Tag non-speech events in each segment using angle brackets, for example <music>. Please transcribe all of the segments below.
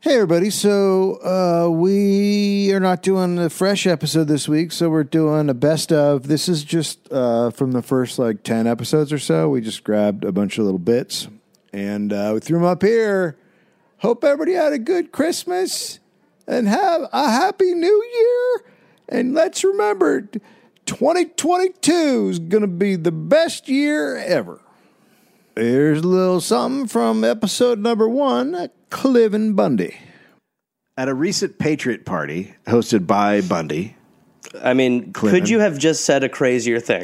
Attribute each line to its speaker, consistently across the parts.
Speaker 1: Hey, everybody. So, uh, we are not doing the fresh episode this week. So, we're doing a best of. This is just uh, from the first like 10 episodes or so. We just grabbed a bunch of little bits and uh, we threw them up here. Hope everybody had a good Christmas and have a happy new year. And let's remember 2022 is going to be the best year ever. Here's a little something from episode number one Cliven Bundy.
Speaker 2: At a recent Patriot party hosted by Bundy,
Speaker 3: I mean,
Speaker 2: Clinton.
Speaker 3: could you have just said a crazier
Speaker 2: <laughs>
Speaker 3: thing?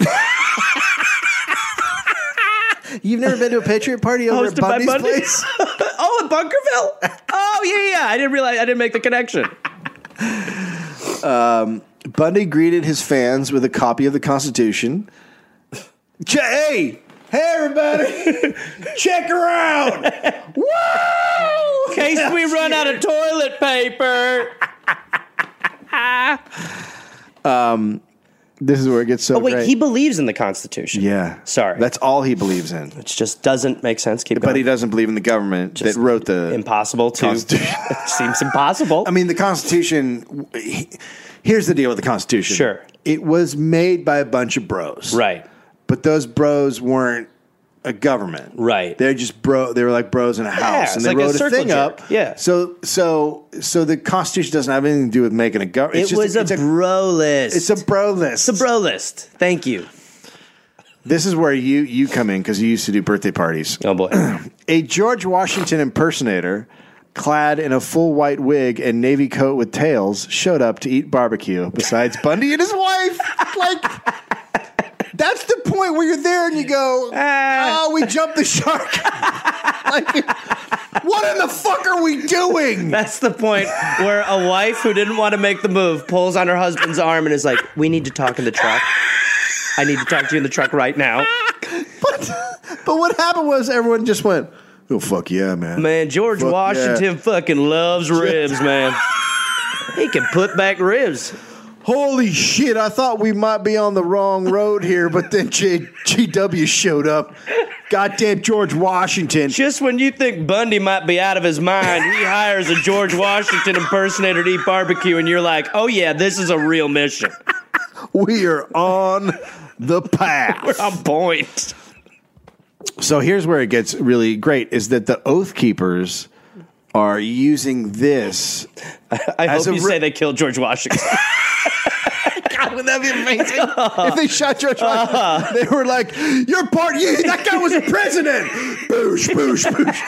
Speaker 2: you've never been to a Patriot party over at
Speaker 3: Hosted by
Speaker 2: Bundy's
Speaker 3: Bundy?
Speaker 2: place.
Speaker 3: <laughs> oh, in Bunkerville? Oh, yeah, yeah. I didn't realize, I didn't make
Speaker 2: <laughs>
Speaker 3: the connection.
Speaker 2: <laughs> Bundy greeted his fans with a copy of the Constitution. Che- hey, hey, everybody, <laughs> check her out!
Speaker 3: In case we run out of toilet paper.
Speaker 2: <laughs> This is where it gets so
Speaker 3: Oh, wait,
Speaker 2: great.
Speaker 3: he believes in the Constitution.
Speaker 2: yeah,
Speaker 3: Sorry.
Speaker 2: that's all he believes in.
Speaker 3: Which just doesn't make sense. Keep
Speaker 2: But he
Speaker 3: going.
Speaker 2: doesn't believe in the government that wrote the.
Speaker 3: impossible to.
Speaker 2: Constitution.
Speaker 3: <laughs> it seems impossible.
Speaker 2: I mean, the Constitution. he- Here's the deal with the Constitution.
Speaker 3: Sure.
Speaker 2: it was made by a bunch of bros,
Speaker 3: right.
Speaker 2: But those bros weren't a government,
Speaker 3: Right.
Speaker 2: They're just bro. They were like bros in a house,
Speaker 3: it's
Speaker 2: and they
Speaker 3: like a
Speaker 2: wrote a,
Speaker 3: circle
Speaker 2: thing up.
Speaker 3: jerk. Yeah.
Speaker 2: So so so the Constitution doesn't have anything to do with making a government.
Speaker 3: It was a,
Speaker 2: it's
Speaker 3: bro list.
Speaker 2: It's a bro list.
Speaker 3: It's a bro list. Thank you.
Speaker 2: This is where you you come in because you used to do birthday parties.
Speaker 3: Oh, boy.
Speaker 2: <clears throat> A George Washington impersonator, clad in a full white wig and navy coat with tails, showed up to eat barbecue. Besides Bundy and his wife, like. That's the point where you're there and you go, "Oh, we jumped the shark." <laughs> like, what in the fuck are we doing?
Speaker 3: That's the point where a wife who didn't want to make the move pulls on her husband's arm and is like, "We need to talk in the truck. I need to talk to you in the truck right now."
Speaker 2: But, but what happened was everyone just went, "Oh fuck yeah, man!"
Speaker 3: Man, George
Speaker 2: Fuck
Speaker 3: Washington fucking loves ribs, man. He can put back ribs.
Speaker 2: Holy shit! I thought we might be on the wrong road here, but then J- GW showed up. Goddamn George Washington!
Speaker 3: Just when you think Bundy might be out of his mind, he hires a George Washington impersonator to eat barbecue, and you're like, "Oh yeah, this is a real mission.
Speaker 2: We are on the path.
Speaker 3: On point."
Speaker 2: So here's where it gets really great: is that the Oath Keepers are using this.
Speaker 3: I
Speaker 2: As
Speaker 3: hope
Speaker 2: a
Speaker 3: you
Speaker 2: re-
Speaker 3: say they killed George Washington.
Speaker 2: God, would that be amazing? <laughs> if they shot George Washington, they were like, "Your part, you, that guy was a president." boosh, boosh, boosh.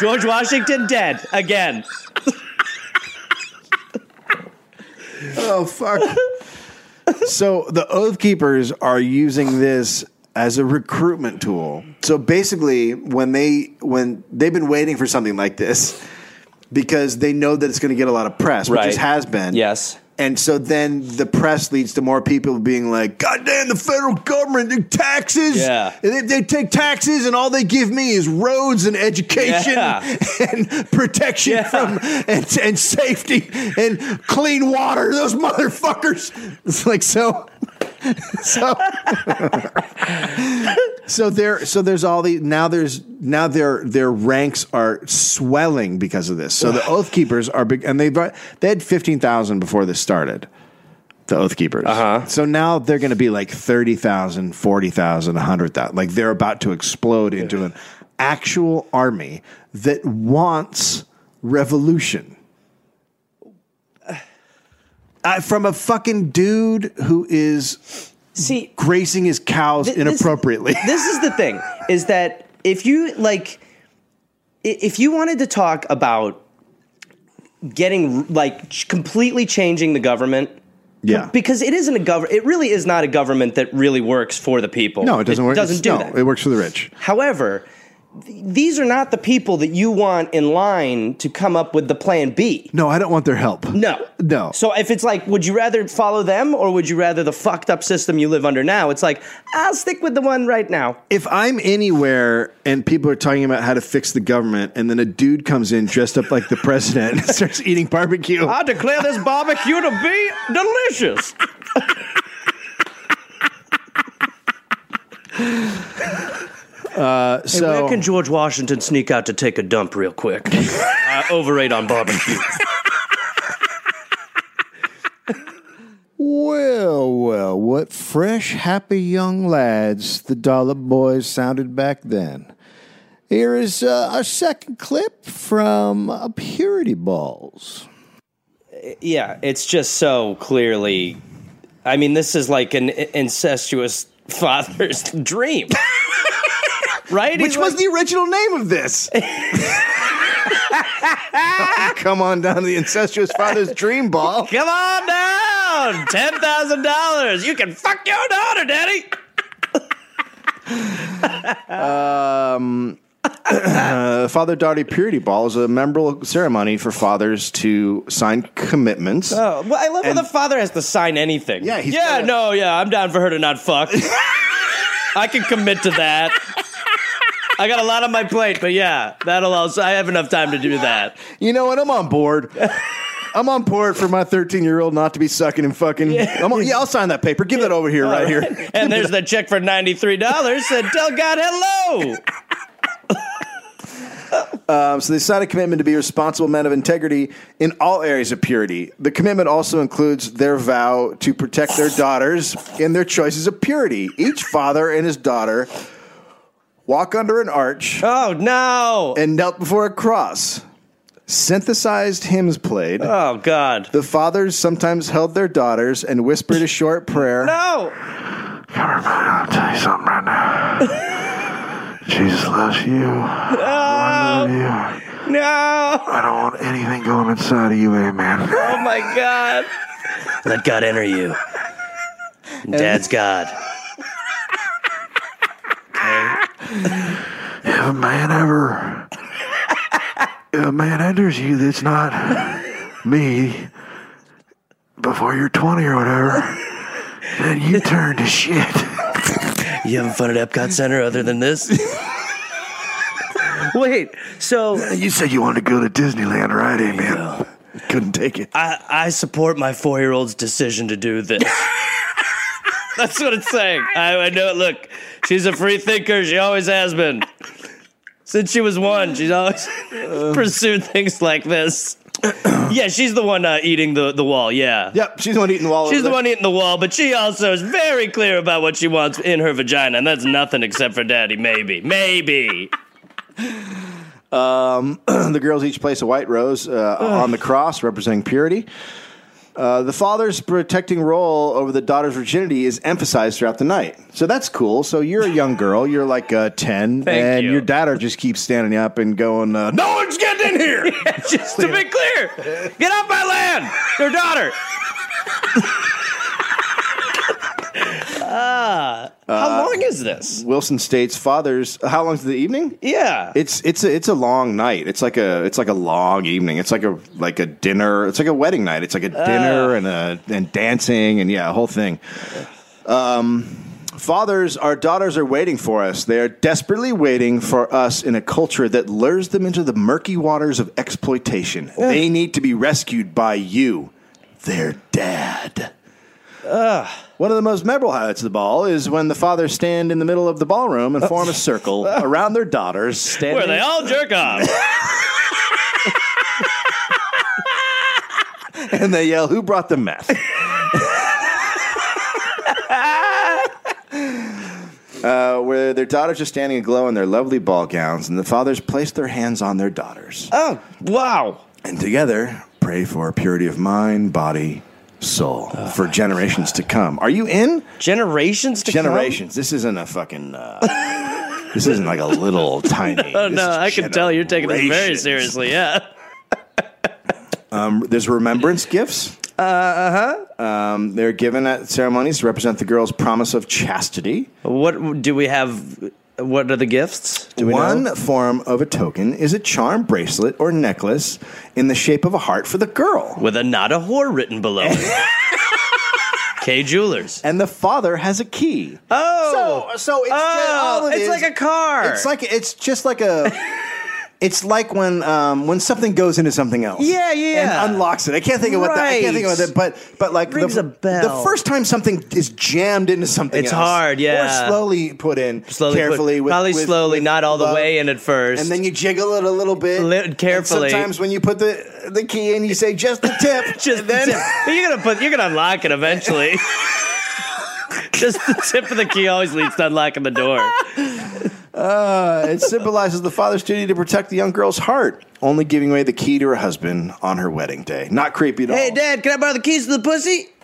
Speaker 3: George Washington dead again.
Speaker 2: <laughs> Oh fuck. so the Oath Keepers are using this as a recruitment tool. So basically when they when they've been waiting for something like this because they know that it's going to get a lot of press, which
Speaker 3: Right.
Speaker 2: it has been.
Speaker 3: Yes.
Speaker 2: And so then the press leads to more people being like, God damn, the federal government, their taxes.
Speaker 3: Yeah.
Speaker 2: And They, they take taxes, and all they give me is roads and education
Speaker 3: Yeah.
Speaker 2: <laughs> and protection
Speaker 3: Yeah.
Speaker 2: from and, and safety and clean water. Those motherfuckers. It's like, so. <laughs> So, <laughs> so there, so there's all the now there's now their their ranks are swelling because of this. So the Oath Keepers are big, and they they had fifteen thousand before this started. The Oath Keepers. Uh-huh. So now they're going to be like 30,000, 40,000, 100,000. Like they're about to explode into an actual army that wants revolution. Uh, from a fucking dude who is
Speaker 3: See,
Speaker 2: gracing his cows
Speaker 3: Th- this-
Speaker 2: inappropriately.
Speaker 3: this is the thing is that if you like i- if you wanted to talk about getting like ch- completely changing the government
Speaker 2: <laughs> yeah.
Speaker 3: because it isn't a government it really is not a government that really works for the people
Speaker 2: no, it doesn't work.
Speaker 3: doesn't do
Speaker 2: no,
Speaker 3: that
Speaker 2: it works for the rich.
Speaker 3: however th- these are not the people that you want in line to come up with the plan b
Speaker 2: No, I don't want their help.
Speaker 3: no.
Speaker 2: No.
Speaker 3: So if it's like, would you rather follow them or would you rather the fucked up system you live under now? It's like, I'll stick with the one right now.
Speaker 2: if I'm anywhere and people are talking about how to fix the government, and then a dude comes in dressed up like the president and <laughs> starts eating barbecue,
Speaker 3: I declare this barbecue to be delicious.
Speaker 2: so
Speaker 3: Where can George Washington sneak out to take a dump real <laughs> quick? uh, overate on barbecue.
Speaker 1: Well, well, what fresh, happy young lads the Dollar Boys sounded back then. Here is uh, our second clip from uh, Purity Balls.
Speaker 3: yeah, it's just so clearly. I mean, this is like an incestuous father's <laughs> dream, right?
Speaker 2: which
Speaker 3: He's
Speaker 2: was
Speaker 3: like-
Speaker 2: the original name of this. <laughs> Come on down to the incestuous father's dream ball.
Speaker 3: Come on down, ten thousand dollars. You can fuck your daughter, Daddy.
Speaker 2: Uh, Father Daughter Purity Ball is a memorable ceremony for fathers to sign commitments.
Speaker 3: Oh, well, I love how the father has to sign anything.
Speaker 2: Yeah, he's
Speaker 3: yeah,
Speaker 2: gotta-
Speaker 3: no, yeah, I'm down for her to not <laughs> fuck. I can commit to that. I got a lot on my plate, but yeah, that'll also. I have enough time to do that.
Speaker 2: You know what? I'm on <laughs> board. I'm on board for my 13 year old not to be sucking and fucking. I'm on- yeah, I'll sign that paper. Give that over here, right here.
Speaker 3: And there's the check for ninety three dollars. And tell God hello.
Speaker 2: Um, so they sign a commitment to be responsible men of integrity in all areas of purity. The commitment also includes their vow to protect their daughters in their choices of purity. Each father and his daughter walk under an arch
Speaker 3: Oh no.
Speaker 2: and knelt before a cross. Synthesized hymns played.
Speaker 3: Oh God.
Speaker 2: The fathers sometimes held their daughters and whispered a short prayer.
Speaker 3: No.
Speaker 4: I'll tell you something right now.
Speaker 2: <laughs>
Speaker 4: Jesus loves you.
Speaker 2: Oh.
Speaker 4: I love
Speaker 3: No.
Speaker 4: you.
Speaker 3: No.
Speaker 4: I don't want anything going inside of you, amen.
Speaker 3: Oh my God. Let God enter you. Dad's God.
Speaker 4: If a man ever, if a man enters you that's not me before you're 20 or whatever, then you turn
Speaker 2: <laughs>
Speaker 4: to shit.
Speaker 3: You having fun at Epcot Center other than this? Wait, so
Speaker 4: You said you wanted to go to Disneyland, right, amen? Couldn't take it.
Speaker 3: I, I support my four year old's decision to do this. That's what it's saying. I, I know it. Look, she's a free thinker. She always has been. Since she was one, she's always pursued things like this. Yeah, she's the one uh, eating the, the wall. Yeah.
Speaker 2: Yep, she's the one eating the wall.
Speaker 3: She's the one eating the wall, but she also is very clear about what she wants in her vagina, and that's nothing except for daddy. Maybe. Maybe.
Speaker 2: the girls each place a white rose uh, on the cross representing purity. Uh, the father's protecting role over the daughter's virginity is emphasized throughout the night. So that's cool. So you're a young girl, you're like uh, 10,
Speaker 3: Thank
Speaker 2: and
Speaker 3: you.
Speaker 2: your daughter just keeps standing up and going, uh, No one's getting in
Speaker 3: <laughs>
Speaker 2: here!
Speaker 3: Just to be clear, get off my land, your daughter. Ah.
Speaker 5: Uh,
Speaker 3: how long is this?
Speaker 2: Wilson states, Fathers, how long's the evening?
Speaker 3: Yeah,
Speaker 2: It's it's a it's a long night. It's like a it's like a long evening. It's like a like a dinner. It's like a wedding night. It's like a dinner and a and dancing and yeah, a whole thing. Um, fathers, our daughters are waiting for us. They are desperately waiting for us in a culture that lures them into the murky waters of exploitation. They need to be rescued by you, their dad. One of the most memorable highlights of the ball is when the fathers stand in the middle of the ballroom and
Speaker 3: <laughs>
Speaker 2: form a circle around their daughters, standing
Speaker 3: where they all jerk off.
Speaker 2: and they yell, "Who brought the
Speaker 3: <laughs>
Speaker 2: meth?" Uh, where their daughters are standing aglow in their lovely ball gowns, and the fathers place their hands on their daughters,
Speaker 3: Oh, wow.
Speaker 2: and together pray for purity of mind, body, soul
Speaker 3: Uh,
Speaker 2: for generations to come. Are you in?
Speaker 3: Generations to
Speaker 2: Generations. This isn't a fucking. Uh, this isn't like a
Speaker 3: <laughs>
Speaker 2: little tiny.
Speaker 3: Come? Oh no, I can tell you're taking this very seriously. Yeah.
Speaker 2: There's remembrance gifts. Uh
Speaker 3: Uh-huh.
Speaker 2: huh. Um, they're given at ceremonies to represent the girl's promise of chastity.
Speaker 3: What do we have? What are the gifts? Do we
Speaker 2: One
Speaker 3: know?
Speaker 2: form of a token is a charm bracelet or necklace in the shape of a heart for the girl.
Speaker 3: with a not a whore written below <laughs> it. K Jewelers.
Speaker 2: And the father has a key.
Speaker 3: Oh,
Speaker 2: so so it's
Speaker 3: Oh,
Speaker 2: all it
Speaker 3: it's
Speaker 2: is-
Speaker 3: like a car.
Speaker 2: It's like it's just like a.
Speaker 5: <laughs> It's like when um, when something goes into something else.
Speaker 3: Yeah, yeah.
Speaker 5: And unlocks it. I can't think of what that, I can't think of
Speaker 3: Right.
Speaker 5: it, but but like
Speaker 3: Rings
Speaker 5: the,
Speaker 3: a bell.
Speaker 5: the first time something is jammed into something,
Speaker 3: It's
Speaker 5: else,
Speaker 3: hard, yeah.
Speaker 5: Or slowly put in,
Speaker 3: Slowly, put-
Speaker 5: carefully, with,
Speaker 3: probably
Speaker 5: with-
Speaker 3: slowly,
Speaker 5: with
Speaker 3: not all the
Speaker 5: love.
Speaker 3: way in at first.
Speaker 5: And then you jiggle it a little bit
Speaker 3: Li-
Speaker 5: And
Speaker 3: carefully.
Speaker 5: sometimes when you put the the key in, you say just the tip,
Speaker 3: <laughs> just
Speaker 5: and then
Speaker 3: the tip. But you're gonna put, you're gonna unlock it <laughs> eventually. just the tip of the key always leads to unlocking the door.
Speaker 5: Uh, it symbolizes the father's duty to protect the young girl's heart, only giving away the key to her husband on her wedding day. Not creepy at all.
Speaker 3: Hey, Dad, can I borrow the keys to the pussy? <laughs>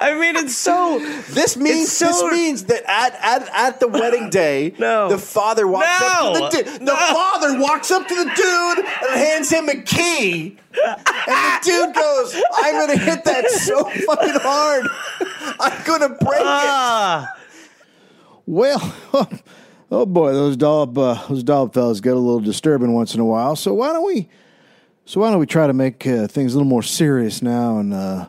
Speaker 3: I mean, it's so
Speaker 5: this means
Speaker 3: It's so-
Speaker 5: this means that at, at, at the
Speaker 3: <laughs>
Speaker 5: wedding day,
Speaker 3: No.
Speaker 5: the father walks
Speaker 3: No.
Speaker 5: up to the dude. The
Speaker 3: No.
Speaker 5: father walks up to the dude and hands him a key. And the dude goes, "I'm gonna hit that so fucking hard. I'm gonna break it."
Speaker 3: ah.
Speaker 1: Well, <laughs> oh boy, those dollop uh, those dollop fellas get a little disturbing once in a while. So why don't we? So why don't we try to make uh, things a little more serious now and uh,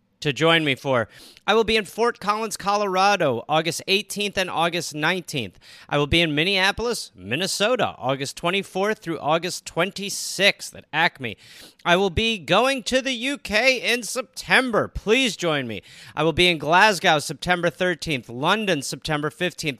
Speaker 6: to join me for. I will be in Fort Collins, Colorado, August 18th and August 19th. I will be in Minneapolis, Minnesota, August 24th through August 26th at Acme. I will be going to the UK in September. Please join me. I will be in Glasgow September 13th, London September 15th,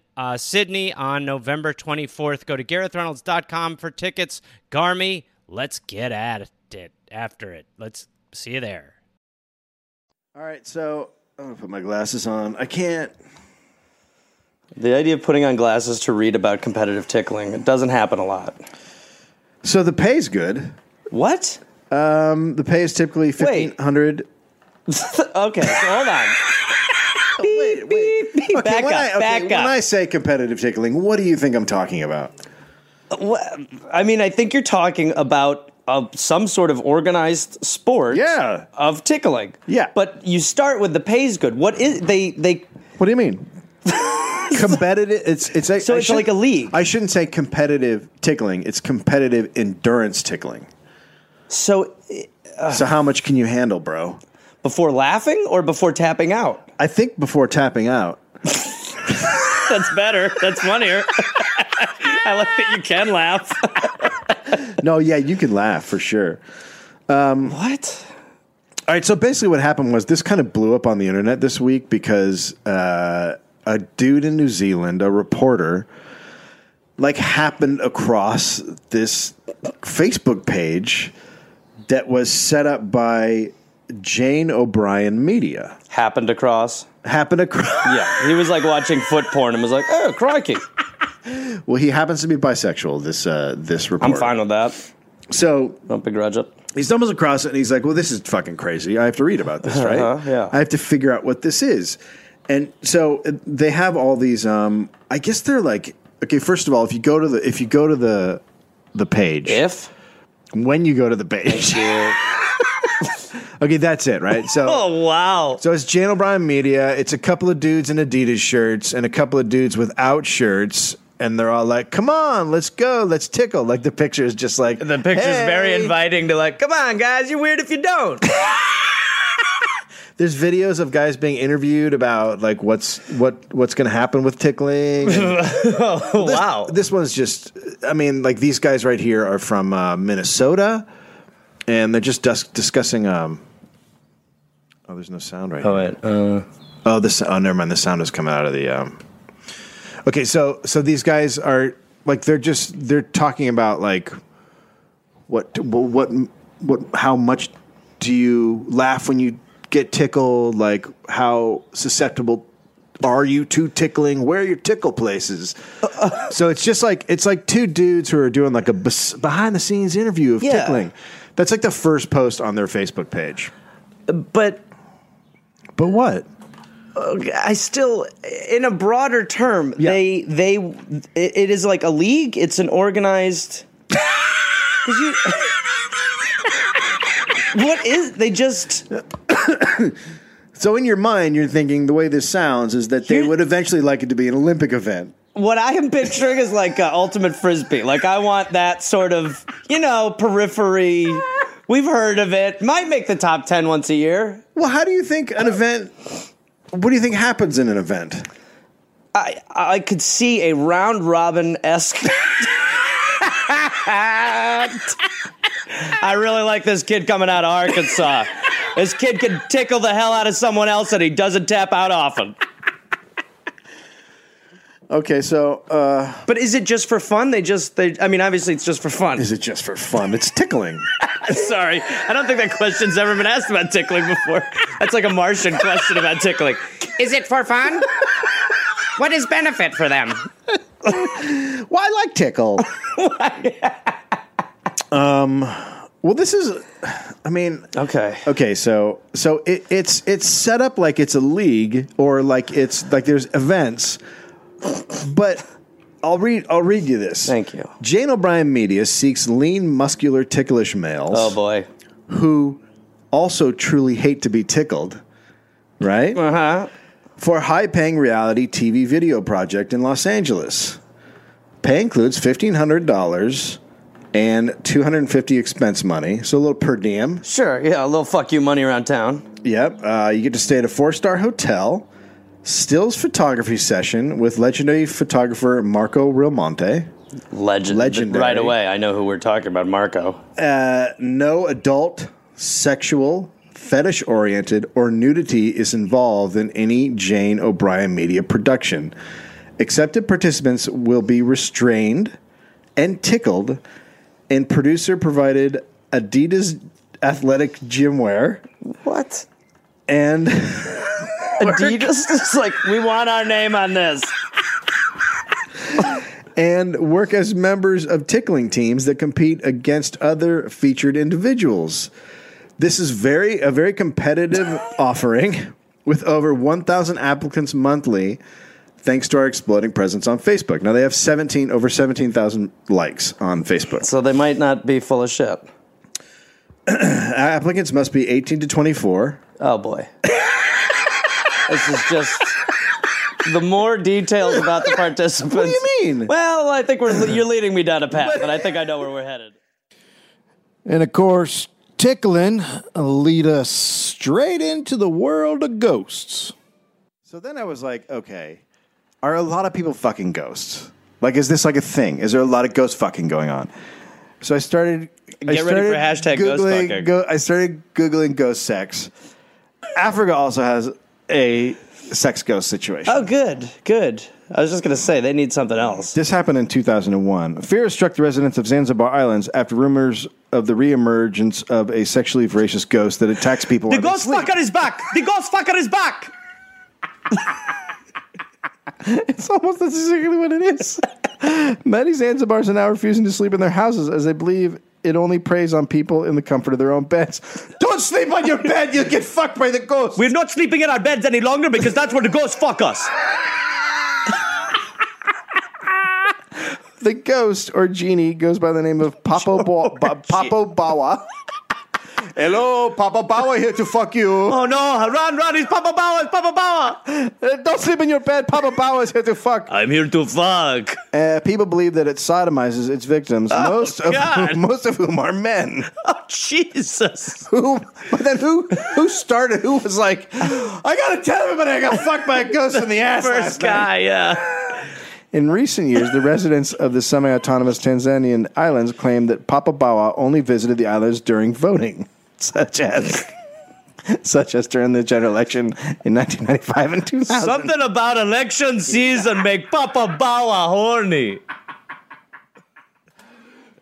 Speaker 6: uh, Sydney on November 24th. Go to GarethReynolds.com for tickets. Garmy, let's get at it after it. Let's see you there.
Speaker 5: All right, so I'm gonna put my glasses on. I can't.
Speaker 7: The idea of putting on glasses to read about competitive tickling it doesn't happen a lot.
Speaker 2: So the pay's good.
Speaker 7: What?
Speaker 2: Um, the pay is typically fifteen
Speaker 7: Wait.
Speaker 2: hundred.
Speaker 7: Okay, so hold on.
Speaker 2: Wait, wait.
Speaker 7: Beep, back up,
Speaker 2: when I,
Speaker 7: back
Speaker 2: When
Speaker 7: up.
Speaker 2: I say competitive tickling, what do you think I'm talking about?
Speaker 7: What- I mean, I think you're talking about uh, some sort of organized sport
Speaker 2: Yeah.
Speaker 7: of tickling.
Speaker 2: Yeah.
Speaker 7: But you start with the pays good. What is they they
Speaker 2: What do you
Speaker 7: <laughs>
Speaker 2: mean? competitive. It's it's like,
Speaker 7: So
Speaker 2: I
Speaker 7: it's like a league.
Speaker 2: I shouldn't say competitive tickling. It's competitive endurance tickling.
Speaker 7: so
Speaker 2: so how much can you handle, bro?
Speaker 7: before laughing or before tapping out?
Speaker 2: I think before tapping out.
Speaker 3: That's better. That's funnier. I like that you can laugh.
Speaker 2: No, yeah, you can laugh for sure. Um,
Speaker 7: What?
Speaker 2: All right, so basically what happened was this kind of blew up on the internet this week because uh, a dude in New Zealand, a reporter, like happened across this Facebook page that was set up by Jane O'Brien Media.
Speaker 7: Happened across.
Speaker 2: Happened across.
Speaker 7: Yeah, he was like watching foot porn and was like, "Oh, crikey!"
Speaker 2: <laughs> Well, he happens to be bisexual. This uh, this
Speaker 7: I'm
Speaker 2: reporter.
Speaker 7: fine with that.
Speaker 2: So
Speaker 7: Don't begrudge it.
Speaker 2: he stumbles across it and he's like, "Well, this is fucking crazy. I have to read about this, right?
Speaker 7: Uh-huh, yeah.
Speaker 2: I have to figure out what this is." And so uh, they have all these. Um, I guess they're like, okay. First of all, if you go to the if you go to the the page
Speaker 7: If
Speaker 2: when you go to the page, <laughs> okay, that's it, right? So
Speaker 3: Oh wow.
Speaker 2: so it's Jane O'Brien Media. It's a couple of dudes in Adidas shirts and a couple of dudes without shirts. And they're all like, come on, let's go, let's tickle. Like the picture is just like
Speaker 3: The picture's very
Speaker 7: <laughs>
Speaker 2: "Hey."
Speaker 3: inviting to like, come on, guys, you're weird if you don't.
Speaker 2: there's videos of guys being interviewed about like what's what what's going to happen with tickling.
Speaker 3: <laughs>
Speaker 2: And
Speaker 3: Oh, wow.
Speaker 2: this one's just, I mean, like these guys right here are from uh, Minnesota, and they're just dis- discussing. Um, oh, there's no sound right.
Speaker 3: Oh,
Speaker 2: here.
Speaker 3: wait, uh,
Speaker 2: Oh, this. Oh, never mind. The sound is coming out of the. Um... Okay, so so these guys are like they're just they're talking about like what what what how much do you laugh when you get tickled? Like how susceptible are you to tickling? Where are your tickle <laughs> places? so it's just like it's like two dudes who are doing like a bes- behind the scenes interview of
Speaker 3: Yeah.
Speaker 2: tickling. That's like the first post on their Facebook page.
Speaker 3: but
Speaker 2: But what?
Speaker 3: I still, in a broader term, they they it, it is like a league. It's an organized. 'Cause you- what is they just?
Speaker 2: So in your mind, you're thinking the way this sounds is that they would eventually like it to be an Olympic event.
Speaker 3: What I am picturing is like uh, ultimate frisbee. Like I want that sort of you know periphery. We've heard of it. Might make the top ten once a year.
Speaker 2: Well, how do you think an event? What do you think happens in an event?
Speaker 3: I I could see a round robin esque. I really like this kid coming out of Arkansas. This kid can tickle the hell out of someone else, and he doesn't tap out often.
Speaker 2: Okay, so uh,
Speaker 3: But is it just for fun? They just they. I mean, obviously, it's just for fun.
Speaker 2: is it just for fun? It's tickling.
Speaker 3: <laughs>
Speaker 8: Sorry, I don't think that question's ever been asked about tickling before. That's like a Martian question about tickling.
Speaker 6: Is it for fun? what is benefit for them?
Speaker 2: <laughs> well, I like <laughs> tickle. um, well, this is. I mean,
Speaker 3: Okay.
Speaker 2: Okay, so so it, it's it's set up like it's a league or like it's like there's events, but I'll read I'll read you this.
Speaker 3: Thank you.
Speaker 2: Jane O'Brien Media seeks lean, muscular, ticklish males
Speaker 3: Oh boy.
Speaker 2: who also truly hate to be tickled, right?
Speaker 3: Uh huh.
Speaker 2: for a high paying reality TV video project in Los Angeles. Pay includes $1,500 and 250 expense money, so a little per diem.
Speaker 3: Sure. Yeah. A little fuck you money around town.
Speaker 2: Yep. Uh, you get to stay at a four star hotel, stills photography session with legendary photographer Marco Realmonte.
Speaker 3: Legend.
Speaker 2: Legendary.
Speaker 3: Right away, I know who we're talking about. Marco.
Speaker 2: Uh, No adult, sexual, fetish oriented, or nudity is involved in any Jane O'Brien media production. Accepted participants will be restrained and tickled, and producer provided Adidas athletic gym wear
Speaker 3: What?
Speaker 2: and. <laughs>
Speaker 3: Adidas is like we want our name on this.
Speaker 2: and work as members of tickling teams that compete against other featured individuals. This is very a very competitive offering with over 1000 applicants monthly thanks to our exploding presence on Facebook. Now they have 17 over 17,000 likes on Facebook.
Speaker 3: So they might not be full of shit.
Speaker 2: Applicants must be 18 to 24.
Speaker 3: Oh boy. this is just the more details about the participants. What do
Speaker 2: you mean?
Speaker 3: Well, I think we're you're leading me down a path, but I think I know where we're headed.
Speaker 9: And of course, tickling lead us straight into the world of ghosts.
Speaker 2: So then I was like, okay, are a lot of people fucking ghosts? Like, is this like a thing? Is there a lot of ghost fucking going on? So I started. I
Speaker 8: Get ready for hashtag ghost
Speaker 2: Googling-
Speaker 8: fucking.
Speaker 2: Go, I started googling ghost sex. Africa also has a sex ghost situation.
Speaker 3: Oh, good, good. I was just gonna say they need something else.
Speaker 2: This happened in 2001. Fear has struck the residents of Zanzibar Islands after rumors of the reemergence of a sexually voracious ghost that attacks people.
Speaker 3: The
Speaker 2: while they
Speaker 3: ghost
Speaker 2: sleep.
Speaker 3: fucker is back. The ghost fucker is back.
Speaker 2: It's almost that's exactly what it is. <laughs> Many Zanzibars are now refusing to sleep in their houses as they believe it only preys on people in the comfort of their own beds. <laughs> Don't sleep on your bed, you'll get fucked by the ghost.
Speaker 3: We're not sleeping in our beds any longer because that's where the ghosts fuck us.
Speaker 2: <laughs> The ghost or genie goes by the name of Papo Ba- Ba- Papo Bawa. Hello, Papa Bauer here to fuck you.
Speaker 7: Oh no, run, run! He's Papa Bauer! It's Papa Bauer!
Speaker 2: Uh, Don't sleep in your bed. Papa Bauer is here to fuck.
Speaker 3: I'm here to fuck. <laughs>
Speaker 2: Uh, people believe that it sodomizes its victims, most of
Speaker 3: Oh,
Speaker 2: <laughs>
Speaker 3: God.
Speaker 2: most of whom are men.
Speaker 3: Oh, Jesus.
Speaker 2: Who? But then who? Who started? Who was like, I gotta tell everybody I got fucked by a ghost in the ass. last
Speaker 3: First
Speaker 2: night." <laughs>
Speaker 3: guy, yeah.
Speaker 2: In recent years, the residents of the semi-autonomous Tanzanian islands claim that Papa Bawa only visited the islands during voting, <laughs> such as. <laughs> Such as during the general election in 1995 and 2000.
Speaker 3: Something about election season make Papa Bawa horny.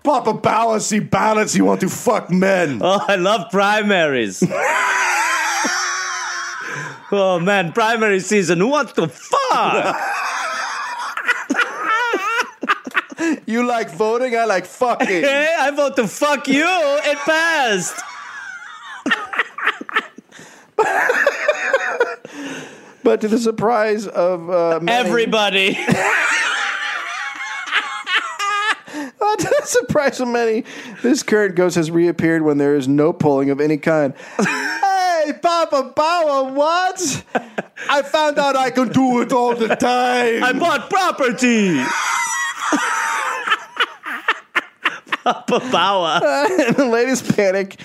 Speaker 2: Papa Bawa, see balance, you want to fuck men.
Speaker 3: Oh, I
Speaker 2: <laughs>
Speaker 3: love primaries. oh man, primary season. What the fuck?
Speaker 2: You like voting, I like
Speaker 3: <laughs>
Speaker 2: fucking.
Speaker 3: hey, I vote to fuck you. It passed.
Speaker 2: But to the surprise of uh, many,
Speaker 3: Everybody.
Speaker 2: Uh, <laughs> to the surprise of many, this current ghost has reappeared when there is no polling of any kind. hey, Papa Bawa, what? I found out I can do it all the time.
Speaker 3: I
Speaker 2: <laughs>
Speaker 3: bought property. Papa Bawa.
Speaker 2: in the latest panic,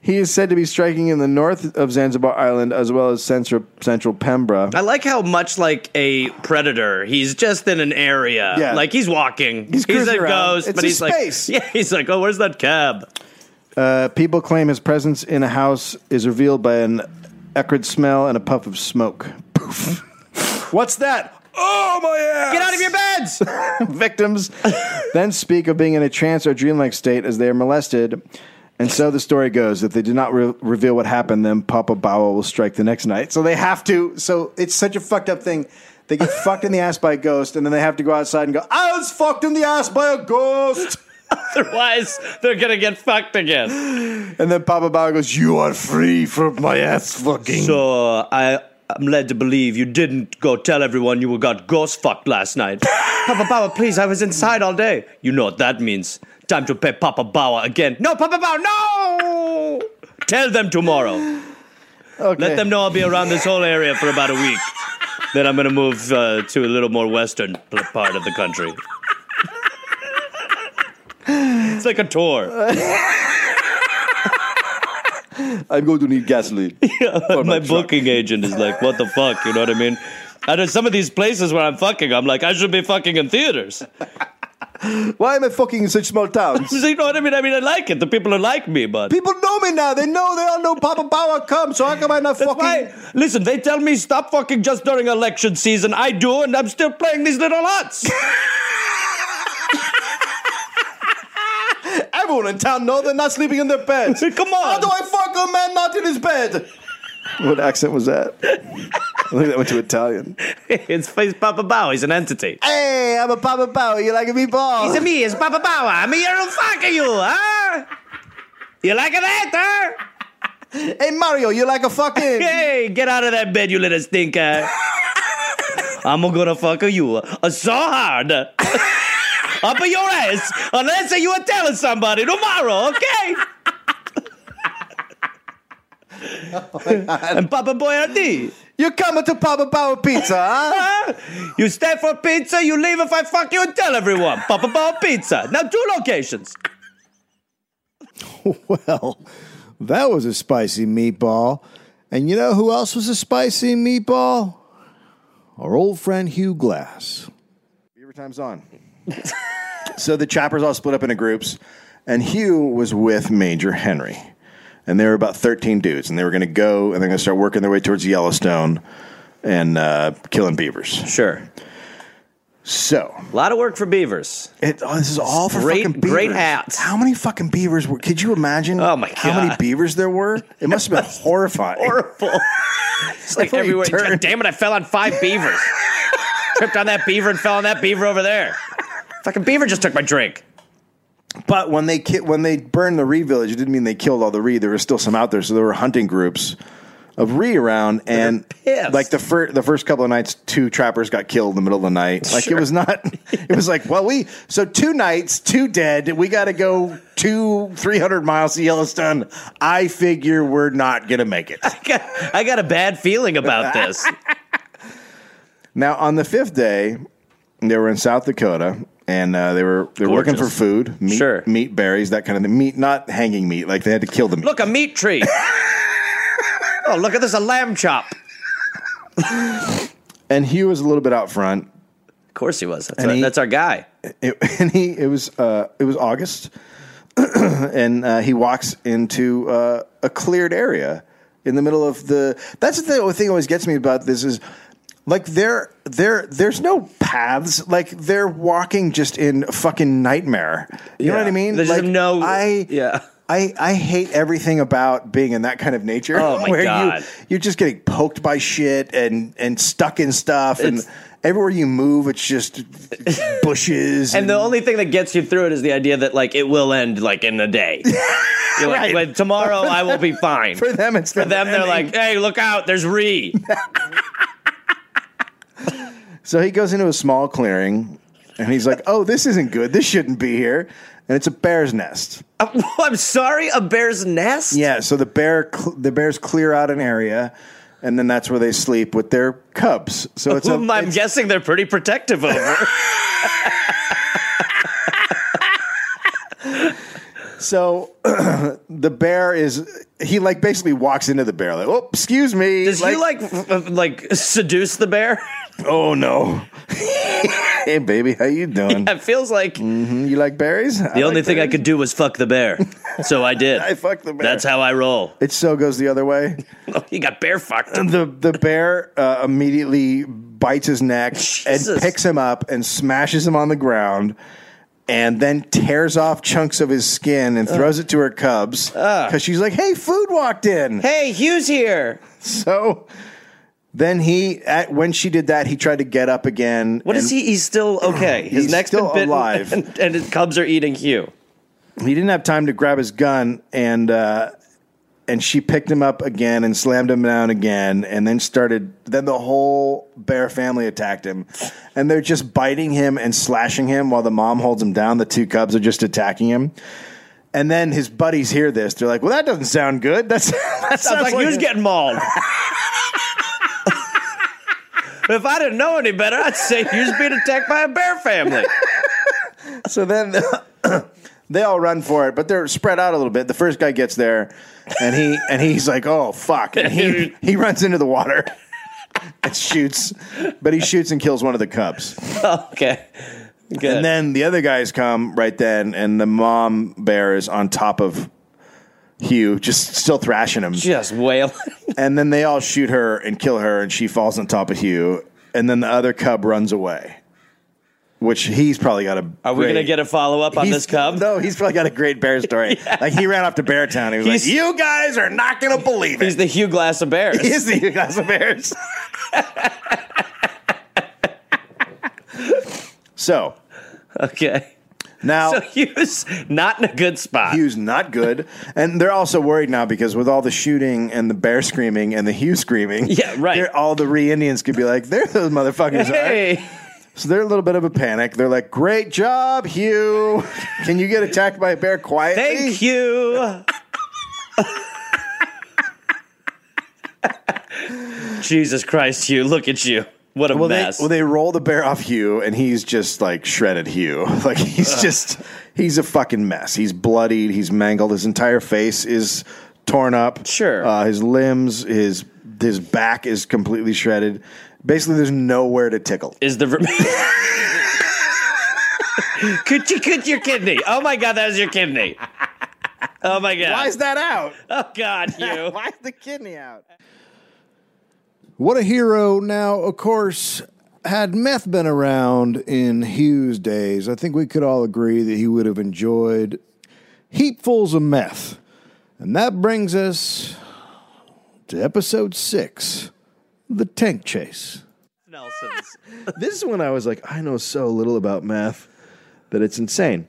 Speaker 2: he is said to be striking in the north of Zanzibar Island as well as central, central Pembrah.
Speaker 3: I like how much like a predator, he's just in an area.
Speaker 2: Yeah.
Speaker 3: Like he's walking. He's,
Speaker 2: cruising
Speaker 3: a
Speaker 2: around.
Speaker 3: ghost,
Speaker 2: It's
Speaker 3: but
Speaker 2: a
Speaker 3: he's
Speaker 2: space.
Speaker 3: like <laughs> Yeah, he's like, "Oh, where's that cab?" <laughs>
Speaker 2: Uh, people claim his presence in a house is revealed by an acrid smell and a puff of smoke. Poof. What's that? Oh my ass!
Speaker 7: Get out of your beds!
Speaker 2: <laughs> Victims then speak of being in a trance or dreamlike state as they are molested. And so the story goes. If they do not re- reveal what happened, then Papa Bawa will strike the next night. So they have to. So it's such a fucked up thing. They get fucked in the ass by a ghost, and then they have to go outside and go, I was fucked in the ass by a ghost.
Speaker 3: Otherwise, they're going to get fucked again.
Speaker 2: And then Papa Bawa goes, You are free from my ass fucking.
Speaker 3: So, I I'm led to believe you didn't go tell everyone you were got ghost fucked last night.
Speaker 7: <laughs> Papa Bauer, please, I was inside all day.
Speaker 3: You know what that means. Time to pay Papa Bauer again. No,
Speaker 7: No, Papa Bauer, no!
Speaker 3: <laughs> tell them tomorrow.
Speaker 2: Okay.
Speaker 3: Let them know I'll be around this whole area for about a week. then I'm going to move uh, to a little more western pl- part of the country. it's like a tour.
Speaker 2: I'm going to need
Speaker 3: <laughs>
Speaker 2: gasoline. <laughs>
Speaker 3: My booking agent is like, what the fuck? You know what I mean? And in some of these places where I'm fucking, I'm like, I should be fucking in theaters. <laughs>
Speaker 2: Why am I fucking in such small towns?
Speaker 3: You know what I mean? I mean, I like it. The people who like me, but
Speaker 2: People know me now. They know. They all know Papa Bawa comes. So how come I not fucking?
Speaker 3: why? Listen, they tell me stop fucking just during election season. I do, and I'm still playing these little huts.
Speaker 2: Everyone in town know they're not sleeping in their
Speaker 3: <laughs>
Speaker 2: beds.
Speaker 3: <laughs> Come on.
Speaker 2: I fuck a man not in his bed? What accent was
Speaker 3: <laughs>
Speaker 2: that? I think that went to Italian.
Speaker 3: it's face Papa Bao. He's an entity.
Speaker 2: Hey, I'm a Papa Bao. You like a meatball?
Speaker 7: It's me, it's Papa Bauer. I'm here to fuck you, huh? You like that, huh?
Speaker 2: hey, Mario, you like a fucking.
Speaker 3: <laughs> Hey, get out of that bed, you little stinker. I'm gonna fuck you uh, so hard. Up your ass, unless you are telling somebody tomorrow, okay? and Papa Boyardee,
Speaker 2: You coming to Papa Bao Pizza, huh?
Speaker 3: you stay for pizza, you leave if I fuck you and tell everyone. Papa Boy Pizza. Now two locations.
Speaker 1: Well, that was a spicy meatball. And you know who else was a spicy meatball? Our old friend Hugh Glass.
Speaker 2: Beaver time's on. <laughs> so the choppers all split up into groups, and Hugh was with Major Henry. And there were about 13 dudes, and they were going to go and they're going to start working their way towards Yellowstone and uh, killing beavers.
Speaker 3: Sure.
Speaker 2: So,
Speaker 3: A lot of work for beavers.
Speaker 2: it, oh, this is all for
Speaker 3: Great-
Speaker 2: fucking beavers.
Speaker 3: great hats.
Speaker 2: How many fucking beavers were? Could you imagine
Speaker 3: Oh, my
Speaker 2: how many
Speaker 3: God.
Speaker 2: beavers there were? It must
Speaker 3: <laughs>
Speaker 2: have been horrifying. <laughs>
Speaker 3: horrible. It's like
Speaker 2: Everywhere
Speaker 3: everywhere.
Speaker 2: you turn.
Speaker 3: God damn it, I fell on five <laughs> beavers. Tripped on that beaver and fell on that beaver over there. Fucking beaver just took my drink.
Speaker 2: But when they ki- when they burned the Reed village, it didn't mean they killed all the Reed. There were still some out there, so there were hunting groups of re around, and like the first the first couple of nights, two trappers got killed in the middle of the night. Like it was
Speaker 3: <laughs>
Speaker 2: not. It was like, well, we so two nights, two dead. We got to go two three hundred miles to Yellowstone. I figure we're not gonna make it.
Speaker 3: I got a bad feeling about this.
Speaker 2: Now, on the fifth day, they were in South Dakota, and uh, they were they were working for
Speaker 3: Gorgeous.
Speaker 2: food, meat,
Speaker 3: Sure.
Speaker 2: meat, berries, that kind of thing. Meat, not hanging meat. Like they had to kill the meat.
Speaker 3: Look, a meat tree.
Speaker 2: <laughs>
Speaker 3: oh, look at this, a lamb chop. Of
Speaker 2: And Hugh was a little bit out front.
Speaker 3: course he was. That's,
Speaker 2: And
Speaker 3: our,
Speaker 2: he-
Speaker 3: that's our guy.
Speaker 2: It, <laughs> and he it was uh, it was August, <clears throat> and uh, he walks into uh, a cleared area in the middle of the. That's the thing, thing that always gets me about this is. Like there, there, there's no paths. Like they're walking just in fucking nightmare. You know
Speaker 3: Yeah.
Speaker 2: what I mean?
Speaker 3: There's
Speaker 2: like
Speaker 3: no-
Speaker 2: I
Speaker 3: yeah.
Speaker 2: I, I hate everything about being in that kind of nature.
Speaker 3: Oh,
Speaker 2: <laughs>
Speaker 3: my
Speaker 2: you-
Speaker 3: God.
Speaker 2: you're just getting poked by shit and and stuck in stuff
Speaker 3: It's-
Speaker 2: and everywhere you move it's just bushes
Speaker 3: <laughs> And the only thing that gets you through it is the idea that like it will end like in
Speaker 2: <laughs>
Speaker 3: a day. You're like,
Speaker 2: Right.
Speaker 3: "But tomorrow I
Speaker 2: <laughs>
Speaker 3: will be fine.
Speaker 2: for them it's
Speaker 3: For them, they're like, hey, look out, there's Ree.
Speaker 2: <laughs>
Speaker 3: <laughs>
Speaker 2: so he goes into a small clearing and he's like oh this isn't good this shouldn't be here and it's a bear's nest
Speaker 3: Oh, I'm sorry, a bear's nest?
Speaker 2: yeah so the bear cl- the bears clear out an area and then that's where they sleep with their cubs so
Speaker 3: <laughs>
Speaker 2: it's a,
Speaker 3: Whom I'm
Speaker 2: it's-
Speaker 3: guessing they're pretty protective over.
Speaker 2: <laughs> so <clears throat> the bear is he like basically walks into the bear like oh excuse me
Speaker 3: Does he like f- f- like seduce the bear? <laughs>
Speaker 2: oh no <laughs> hey baby how you
Speaker 3: <laughs>
Speaker 2: doing
Speaker 3: It feels like
Speaker 2: you Mm, like berries
Speaker 3: the only thing I could do was fuck
Speaker 2: <laughs>
Speaker 3: the bear. So I did.
Speaker 2: I fucked the bear.
Speaker 3: That's how I roll.
Speaker 2: <laughs> It so goes the other way.
Speaker 3: He got bear fucked.
Speaker 2: The the bear uh, immediately bites his neck and
Speaker 3: Jesus.
Speaker 2: picks him up and smashes him on the ground, and then tears off chunks of his skin and throws it to her cubs because she's like, "Hey, food walked in."
Speaker 7: Hey, Hugh's here.
Speaker 2: So then he, at, when she did that, he tried to get up again.
Speaker 3: What is
Speaker 2: and
Speaker 3: he? He's
Speaker 2: <clears throat>
Speaker 3: still okay. His
Speaker 2: He's
Speaker 3: neck's
Speaker 2: still
Speaker 3: been bitten,
Speaker 2: alive.
Speaker 3: and, and his cubs are eating Hugh.
Speaker 2: He didn't have time to grab his gun and. Uh, and she picked him up again and slammed him down again and then started then the whole bear family attacked him and they're just biting him and slashing him while the mom holds him down the two cubs are just attacking him and then his buddies hear this they're like well that doesn't sound good That's, <laughs> that sounds,
Speaker 3: Sounds like, he was getting
Speaker 2: <laughs>
Speaker 3: mauled. if I didn't know any better, I'd say he was being attacked by a
Speaker 2: <laughs>
Speaker 3: bear family.
Speaker 2: so then <coughs> they all run for it but they're spread out a little bit the first guy gets there and he and he's like oh fuck
Speaker 7: <laughs>
Speaker 2: and he, he runs into the water <laughs> and shoots but he shoots and kills one of the cubs
Speaker 7: Okay. Good.
Speaker 2: And then the other guys come right then, and the mom bear is on top of Hugh, just still thrashing him.
Speaker 7: Just wailing.
Speaker 2: And then they all shoot her and kill her, and she falls on top of Hugh. And then the other cub runs away, which he's probably got a.
Speaker 7: Are we going to get a follow up on this cub?
Speaker 2: No, he's probably got a great bear story. Like he ran off to Bear Town. He was
Speaker 7: He's-
Speaker 2: like, "You guys are not going to believe
Speaker 7: He's
Speaker 2: it."
Speaker 7: the Hugh Glass of Bears.
Speaker 2: He is the Hugh Glass of Bears. <laughs> so
Speaker 3: <laughs> Okay.
Speaker 2: now
Speaker 3: So he was not in a good
Speaker 2: <laughs>
Speaker 3: spot.
Speaker 2: Hugh's not good, and they're also worried now because with all the shooting and the bear screaming and the Hugh screaming,
Speaker 3: Yeah, right.
Speaker 2: they're- All the re Indians could be like, "They're those motherfuckers." all right."
Speaker 3: Hey,
Speaker 2: So they're a little bit of a panic. They're like, "Great job, Hugh. Can you get attacked by a bear quietly?"
Speaker 3: thank you. <laughs> Jesus Christ, Hugh! Look at you. What a
Speaker 2: Well, they,
Speaker 3: mess.
Speaker 2: well, they roll the bear off Hugh, and he's just like shredded Hugh. <laughs> Like he's just he's a fucking mess. He's bloodied. He's mangled. His entire face is torn up.
Speaker 3: Sure.
Speaker 2: Uh, his limbs, his his back is completely shredded. Basically, there's nowhere to tickle.
Speaker 3: is the ver- <laughs> could you could your kidney? Oh my god, that was your kidney. Oh my god.
Speaker 2: Why is that out?
Speaker 3: oh god,
Speaker 2: <laughs>
Speaker 3: you.
Speaker 2: Why is the kidney out?
Speaker 1: What a hero. Now, of course, had meth been around in Hughes' days, I think we could all agree that he would have enjoyed heapfuls of meth. And that brings us to episode six The Tank Chase.
Speaker 3: Nelson's.
Speaker 2: This is when I was like, I know so little about math that it's insane.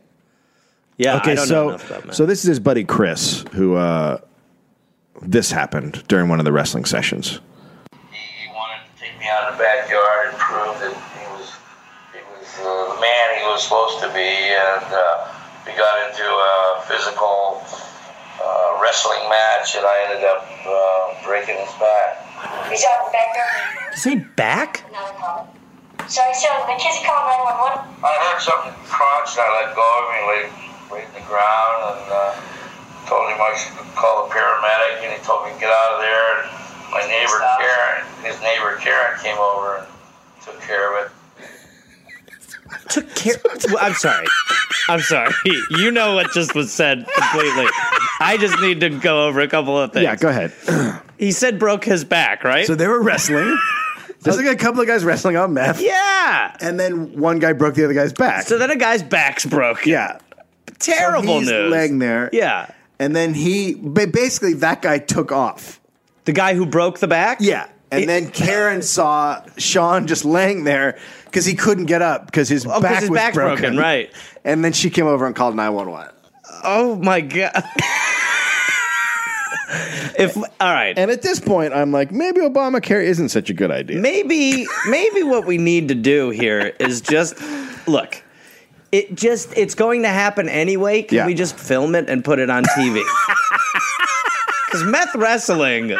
Speaker 3: Yeah,
Speaker 2: Okay,
Speaker 3: I don't know
Speaker 2: so
Speaker 3: enough about math.
Speaker 2: so this is his buddy Chris, who uh, this happened during one of the wrestling sessions.
Speaker 10: he wanted to take me out of the backyard and prove that he was he was uh, the man he was supposed to be, and uh, we got into a physical uh, wrestling match, and I ended up uh, breaking his back.
Speaker 11: He's out in the backyard.
Speaker 12: Say back?
Speaker 11: Another call. Sorry, so McKissick called 911.
Speaker 10: I heard something crunch, and I let go of him, laid laid in the ground, and uh, told him I should call the paramedic, and he told me to get out of there. And my neighbor Karen, his neighbor Karen, came over and took care of it.
Speaker 3: Took care. Well, <laughs> I'm sorry. I'm sorry. You know what just was said completely. I just need to go over a couple of things.
Speaker 2: Yeah, go ahead.
Speaker 3: He said broke his back, right?
Speaker 2: <laughs> So they were wrestling. There's like a couple of guys wrestling on meth,
Speaker 3: yeah.
Speaker 2: and then one guy broke the other guy's back.
Speaker 3: So then a guy's back's broke.
Speaker 2: yeah,
Speaker 3: Terrible
Speaker 2: he's
Speaker 3: news.
Speaker 2: laying there.
Speaker 3: Yeah.
Speaker 2: and then he ba- basically that guy took off.
Speaker 3: The guy who broke the back?
Speaker 2: Yeah. And then Karen saw Sean just laying there because he couldn't get up because his
Speaker 3: Oh, 'cause
Speaker 2: back
Speaker 3: his
Speaker 2: was
Speaker 3: back's
Speaker 2: broken.
Speaker 3: broken, right.
Speaker 2: And then she came over and called 911.
Speaker 3: Oh my god. <laughs> if all right.
Speaker 2: And at this point, I'm like, maybe Obamacare isn't such a good idea.
Speaker 3: maybe maybe what we need to do here is just look it just it's going to happen anyway can
Speaker 2: Yeah.
Speaker 3: we just film it and put it on
Speaker 2: <laughs>
Speaker 3: tv because meth wrestling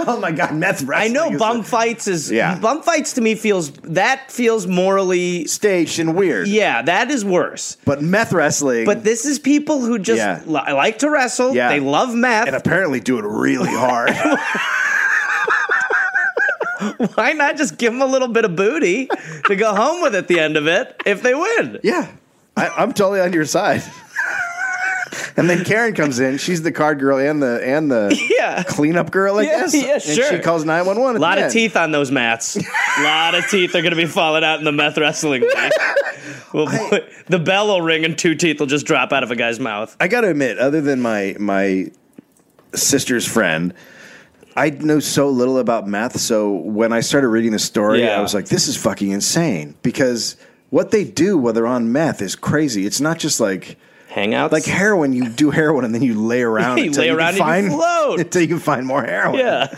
Speaker 2: Oh my God, meth
Speaker 3: i
Speaker 2: wrestling.
Speaker 3: know
Speaker 2: is
Speaker 3: bum fights is
Speaker 2: Yeah.
Speaker 3: bum fights to me feels that feels morally
Speaker 2: staged and weird.
Speaker 3: yeah that is worse
Speaker 2: But meth wrestling.
Speaker 3: but this is people who just
Speaker 2: Yeah.
Speaker 3: li- like to wrestle
Speaker 2: Yeah.
Speaker 3: they love meth
Speaker 2: and apparently do it really hard. <laughs>
Speaker 3: why not just give them a little bit of booty to go home with at the end of it if they win
Speaker 2: yeah. I, I'm totally on your side. <laughs> and then Karen comes in. She's the card girl and the and the
Speaker 3: <laughs> yeah.
Speaker 2: cleanup girl, I
Speaker 3: Yeah,
Speaker 2: guess.
Speaker 3: yeah, sure.
Speaker 2: And she calls 911.
Speaker 3: A lot of teeth on those mats. A lot of teeth are going to be falling out in the meth wrestling. match. Well, boy, the bell will ring and two teeth will just drop out of a guy's mouth.
Speaker 2: I got to admit, other than my my sister's friend, I know so little about math. So when I started reading the story,
Speaker 3: Yeah.
Speaker 2: I was like, "This is fucking insane!" Because what they do while they're on meth is crazy. It's not just like
Speaker 3: Hangouts?
Speaker 2: like heroin. You do heroin and then you lay around.
Speaker 3: <laughs> You
Speaker 2: until
Speaker 3: lay
Speaker 2: can
Speaker 3: around and you
Speaker 2: find,
Speaker 3: float.
Speaker 2: <laughs> until you find more heroin.
Speaker 3: yeah.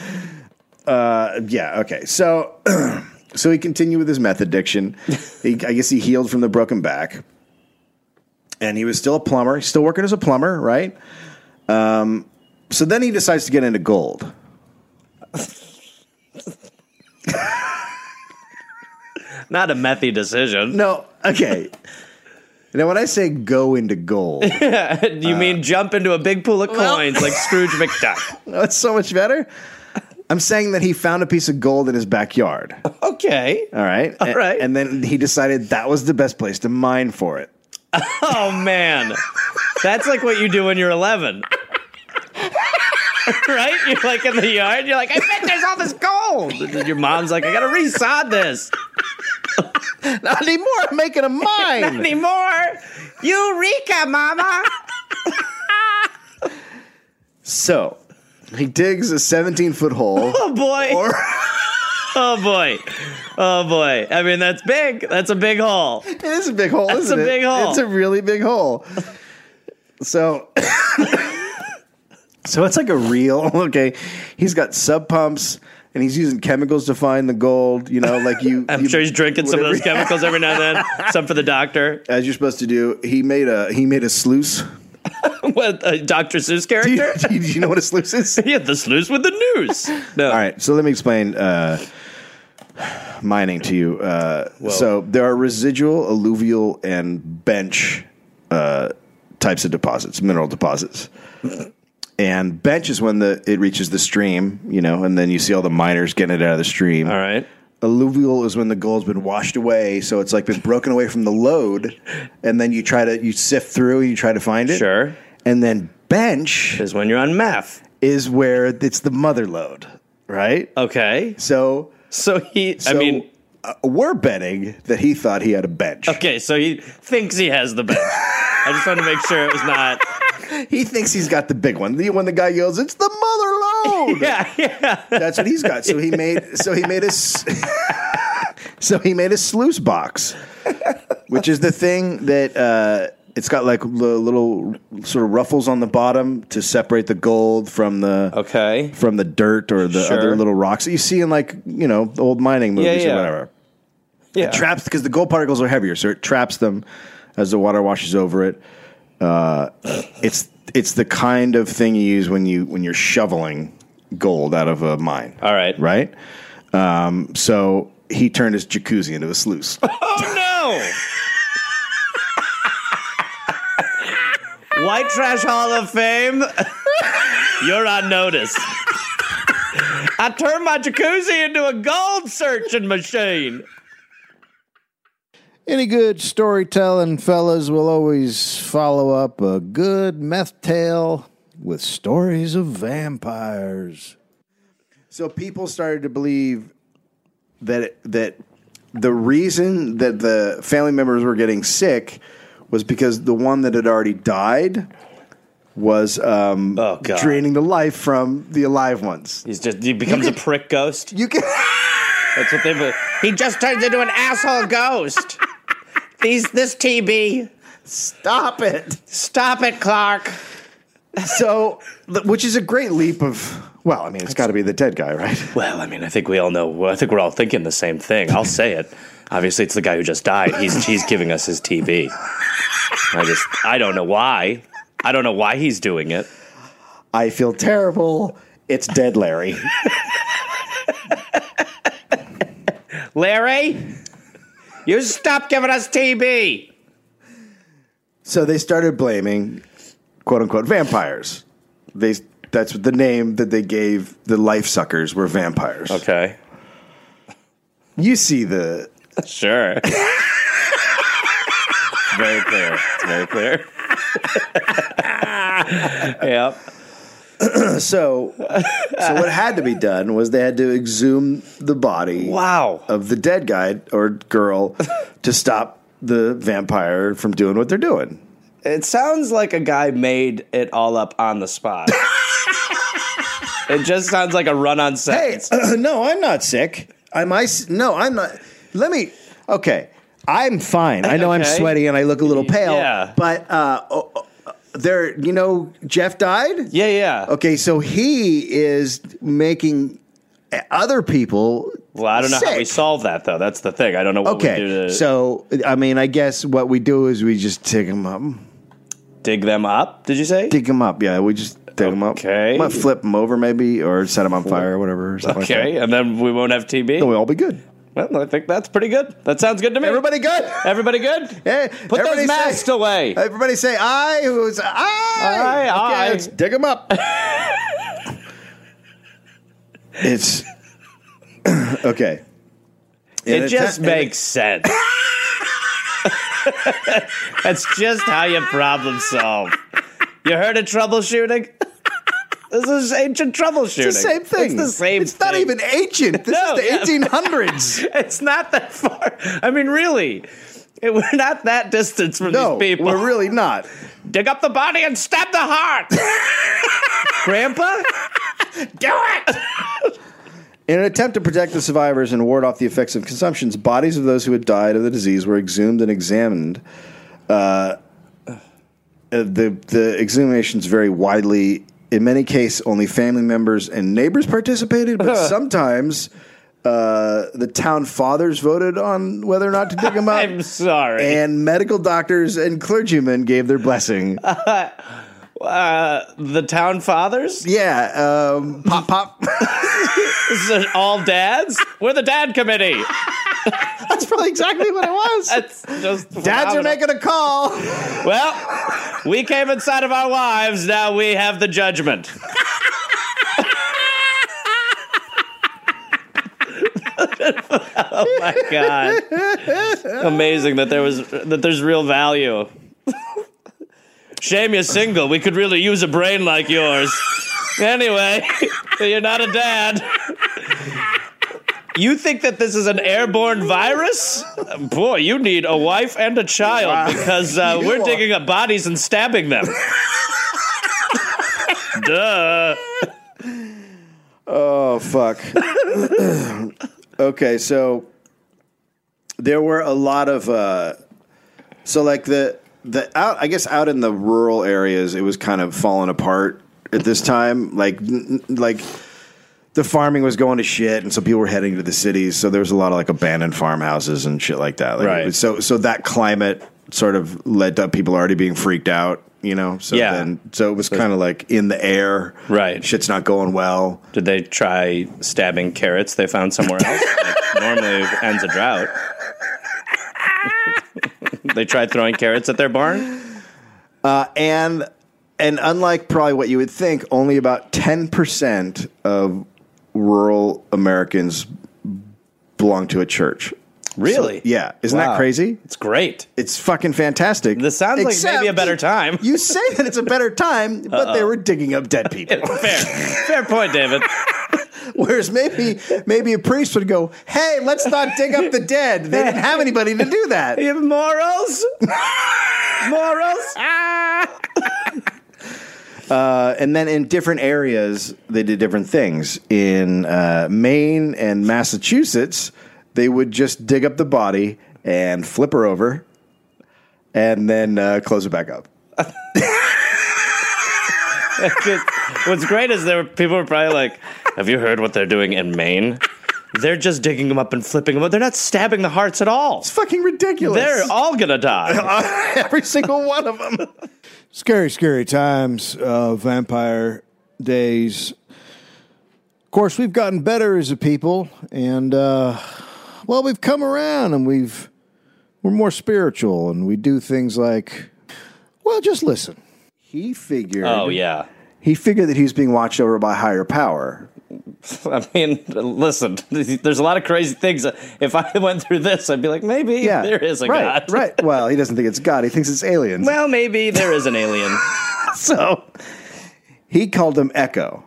Speaker 2: Yeah, okay. So <clears throat> so he continued with his meth addiction. He, I guess he healed from the broken back. And he was still a plumber, He's still working as a plumber, right? Um, so then he decides to get into gold.
Speaker 3: Not a methy decision.
Speaker 2: No, okay. now when I say go into gold, <laughs>
Speaker 3: you mean jump into a big pool of coins like Scrooge McDuck.
Speaker 2: that's so much better. I'm saying that he found a piece of gold in his backyard.
Speaker 3: <laughs> Okay.
Speaker 2: <laughs> All right.
Speaker 3: All right.
Speaker 2: And then he decided that was the best place to mine for it.
Speaker 3: Oh, man. That's like what you do when you're 11. <laughs> right? You're like in the yard. You're like, I bet there's all this gold. And then your mom's like, I got to resod <laughs> this.
Speaker 2: Not anymore. I'm making <laughs> a mine.
Speaker 3: anymore. Eureka, mama.
Speaker 2: So he digs a 17 foot
Speaker 3: <laughs>
Speaker 2: hole.
Speaker 3: Oh boy. oh boy. Oh boy. I mean, that's big. That's a big hole.
Speaker 2: It is a big hole.
Speaker 3: That's
Speaker 2: isn't
Speaker 3: a
Speaker 2: it?
Speaker 3: big hole.
Speaker 2: It's a really big hole. So, <coughs> so it's like a reel. <laughs> Okay, he's got sub pumps and he's using chemicals to find the gold. You know, like you.
Speaker 3: <laughs> I'm
Speaker 2: you-
Speaker 3: sure he's drinking some of those
Speaker 2: whatever-
Speaker 3: chemicals every now and <laughs> then. some for the doctor.
Speaker 2: As you're supposed to do. He made a he made a sluice. <laughs>
Speaker 3: What a Dr. Seuss
Speaker 2: Do you,
Speaker 3: character?
Speaker 2: do you- do you know what a sluice is?
Speaker 3: Yeah, the sluice with the news. No.
Speaker 2: All right, so let me explain uh, mining to you. Uh, so there are residual, alluvial, and bench uh, types of deposits, mineral deposits. And bench is when the it reaches the stream, you know, and then you see all the miners getting it out of the stream.
Speaker 3: All right.
Speaker 2: Alluvial is when the gold's been washed away, so it's like been broken away from the load, and then you try to you sift through and you try to find it.
Speaker 3: Sure.
Speaker 2: And then bench
Speaker 3: Is when you're on meth.
Speaker 2: is where it's the mother load, right?
Speaker 3: Uh, Okay.
Speaker 2: So
Speaker 3: So he, I
Speaker 2: so,
Speaker 3: mean,
Speaker 2: uh, we're betting that he thought he had a bench.
Speaker 3: okay, so he thinks he has the bench. I just wanted to make sure it was not.
Speaker 2: He thinks he's got the big one. The when the guy yells, "It's the mother load!"
Speaker 3: <laughs> <laughs> Yeah, yeah.
Speaker 2: That's what he's got. So he made. So he made a. s- <laughs> so he made a sluice box, which is the thing that uh, It's got like the little sort of ruffles on the bottom to separate the gold from the
Speaker 3: Okay.
Speaker 2: from the dirt or the
Speaker 3: Sure.
Speaker 2: other little rocks that you see in like you know the old mining movies
Speaker 3: yeah.
Speaker 2: or whatever.
Speaker 3: Yeah.
Speaker 2: It traps because the gold particles are heavier, so it traps them as the water washes over it. Uh, it's it's the kind of thing you use when you when you're shoveling gold out of a mine.
Speaker 3: All right.
Speaker 2: right. Um, so he turned his jacuzzi into a sluice.
Speaker 3: Oh no! White Trash Hall of Fame.
Speaker 13: You're on notice.
Speaker 3: I turned my jacuzzi into a gold searching machine.
Speaker 14: Any good storytelling, fellas, will always follow up a good meth tale with stories of vampires.
Speaker 2: So people started to believe that that the reason that the family members were getting sick was because the one that had already died was um,
Speaker 3: Oh, God.
Speaker 2: draining the life from the alive ones.
Speaker 3: He's just he becomes a prick ghost.
Speaker 2: You can <laughs>
Speaker 3: That's what they. He just turns into an asshole ghost. These this TB.
Speaker 2: stop it.
Speaker 3: Stop it, Clark.
Speaker 2: So, th- which is a great leap of. Well, I mean, it's got to be the dead guy, right?
Speaker 13: Well, I mean, I think we all know. I think we're all thinking the same thing. I'll say it. Obviously, it's the guy who just died. He's he's giving us his TV. I just I don't know why. I don't know why he's doing it.
Speaker 2: I feel terrible. It's dead, Larry.
Speaker 3: Larry, you stop giving us TB.
Speaker 2: <laughs> So they started blaming quote unquote vampires. They that's the name that they gave the life suckers were vampires.
Speaker 13: Okay,
Speaker 2: You see the
Speaker 13: sure. very clear. It's very clear. <laughs>
Speaker 3: Yep.
Speaker 2: so so what had to be done was they had to exhume the body
Speaker 3: Wow.
Speaker 2: of the dead guy or girl to stop the vampire from doing what they're doing.
Speaker 3: It sounds like a guy made it all up on
Speaker 2: <laughs>
Speaker 3: the spot. it just sounds like a run on
Speaker 2: Hey, uh,
Speaker 3: sentence.
Speaker 2: <clears throat> no, I'm not sick. Am I? s- No, I'm not. Let me. Okay, I'm fine. I know I'm
Speaker 3: Okay.
Speaker 2: sweaty and I look a little pale.
Speaker 3: Yeah.
Speaker 2: But uh, oh, oh, there, you know, Jeff died.
Speaker 3: Yeah, yeah.
Speaker 2: Okay, so he is making other people.
Speaker 13: Well, I don't know how we
Speaker 2: sick.
Speaker 13: solve that though. That's the thing. I don't know what we do
Speaker 2: Okay,
Speaker 13: to
Speaker 2: so I mean, I guess what we do is we just dig him up,
Speaker 3: Dig them up, did you say?
Speaker 2: dig him up. Yeah, we just dig him up.
Speaker 13: Okay.
Speaker 2: might flip him over maybe, or set him on fire or whatever. Or something like
Speaker 3: okay, and then we won't have
Speaker 2: that.
Speaker 3: TB.
Speaker 2: we'll all be good.
Speaker 3: Well, I think that's pretty good. That sounds good to me.
Speaker 2: Everybody good.
Speaker 3: Everybody good?
Speaker 2: Hey,
Speaker 3: Put
Speaker 2: everybody
Speaker 3: those masks
Speaker 2: say-
Speaker 3: away.
Speaker 2: Everybody say I. Who's I?
Speaker 3: Aye, aye.
Speaker 2: let's dig them
Speaker 3: <laughs>
Speaker 2: up. it's <clears throat> okay. And
Speaker 3: it
Speaker 2: it's-
Speaker 3: just
Speaker 2: and
Speaker 3: makes sense. <laughs> That's just how you problem solve. You heard of troubleshooting? This is ancient troubleshooting.
Speaker 2: It's the same thing.
Speaker 3: It's the same
Speaker 2: It's not
Speaker 3: thing.
Speaker 2: even ancient. This
Speaker 3: <laughs> No, yeah.
Speaker 2: is the
Speaker 3: <laughs>
Speaker 2: 1800s.
Speaker 3: It's not that far. I mean, really, it- we're not that distance from
Speaker 2: no,
Speaker 3: these people.
Speaker 2: we're really not.
Speaker 3: Dig up the body and stab the
Speaker 2: <laughs>
Speaker 3: heart. Grandpa? Do it!
Speaker 2: In an attempt to protect the survivors and ward off the effects of consumptions, bodies of those who had died of the disease were exhumed and examined. Uh, uh, the the exhumations vary widely. In many cases, only family members and neighbors participated,
Speaker 3: <laughs>
Speaker 2: but sometimes uh, the town fathers voted on whether or not to dig them up.
Speaker 3: <laughs> I'm sorry.
Speaker 2: And medical doctors and clergymen gave their
Speaker 3: <laughs>
Speaker 2: blessing.
Speaker 3: uh, the town fathers?
Speaker 2: Yeah, um, pop pop. <laughs>
Speaker 3: This is all dads? We're the dad committee.
Speaker 2: That's probably exactly what it was.
Speaker 3: That's just
Speaker 2: Dads
Speaker 3: phenomenal.
Speaker 2: are making a call.
Speaker 3: Well, we came inside of our wives. Now we have the judgment. <laughs> oh my god! Amazing that there was that there's real value. Shame you're single. We could really use a brain like yours. Anyway, <laughs> you're not a dad. You think that this is an airborne virus? Boy, you need a wife and a child because uh, we're
Speaker 2: are-
Speaker 3: digging up bodies and stabbing them. Duh.
Speaker 2: Oh
Speaker 3: <coughs>
Speaker 2: fuck. okay, so there were a lot of uh so like the the out I guess out in the rural areas it was kind of falling apart at this time. Like n- n- like the farming was going to shit, and so people were heading to the cities. So there was a lot of like abandoned farmhouses and shit like that. Like,
Speaker 3: Right.
Speaker 2: it was- So so that climate sort of led to people already being freaked out. You know. So
Speaker 3: Yeah.
Speaker 2: Then, so it was kind of like in the air.
Speaker 3: Right.
Speaker 2: Shit's not going well.
Speaker 3: Did they try stabbing carrots they found somewhere else? Like, normally it ends a drought. <laughs> they tried throwing carrots at their barn?
Speaker 2: and and unlike probably what you would think, only about ten percent of rural Americans belong to a church.
Speaker 3: Really?
Speaker 2: Yeah, isn't that
Speaker 1: Wow.
Speaker 2: crazy?
Speaker 3: It's great.
Speaker 2: It's fucking fantastic.
Speaker 3: This sounds like
Speaker 2: Except
Speaker 3: maybe a better time.
Speaker 2: <laughs> You say that it's a better time, but they were digging up dead
Speaker 3: <laughs>
Speaker 2: people. <laughs>
Speaker 3: Fair. Fair point, David.
Speaker 2: Whereas maybe maybe a priest would go, "Hey, let's not dig up the dead. They didn't have anybody to do
Speaker 3: <laughs>
Speaker 2: that."
Speaker 3: You have morals? morals?
Speaker 2: and then in different areas they did different things in uh, maine and massachusetts they would just dig up the body and flip her over and then uh, close it back up
Speaker 3: What's great is there were, people were probably like, "Have you heard what they're doing in Maine? They're just digging them up and flipping them up. They're not stabbing the hearts at all.
Speaker 2: it's fucking ridiculous
Speaker 3: They're all
Speaker 2: <laughs>
Speaker 3: gonna die."
Speaker 2: every single one of them
Speaker 1: Scary, scary times
Speaker 2: uh,
Speaker 1: of vampire days. Of course, we've gotten better as a people, and uh, well, we've come around, and we've we're more spiritual, and we do things like, well, just listen.
Speaker 2: he figured
Speaker 3: Oh yeah.
Speaker 2: he figured that he was being watched over by higher power
Speaker 3: I mean, listen. There's a lot of crazy things. If I went through this, I'd be like, maybe
Speaker 2: yeah
Speaker 3: <laughs> there is a
Speaker 2: right,
Speaker 3: god.
Speaker 2: right well he doesn't think it's god he thinks it's aliens
Speaker 3: Well, maybe there is an alien.
Speaker 2: <laughs> so he called them echo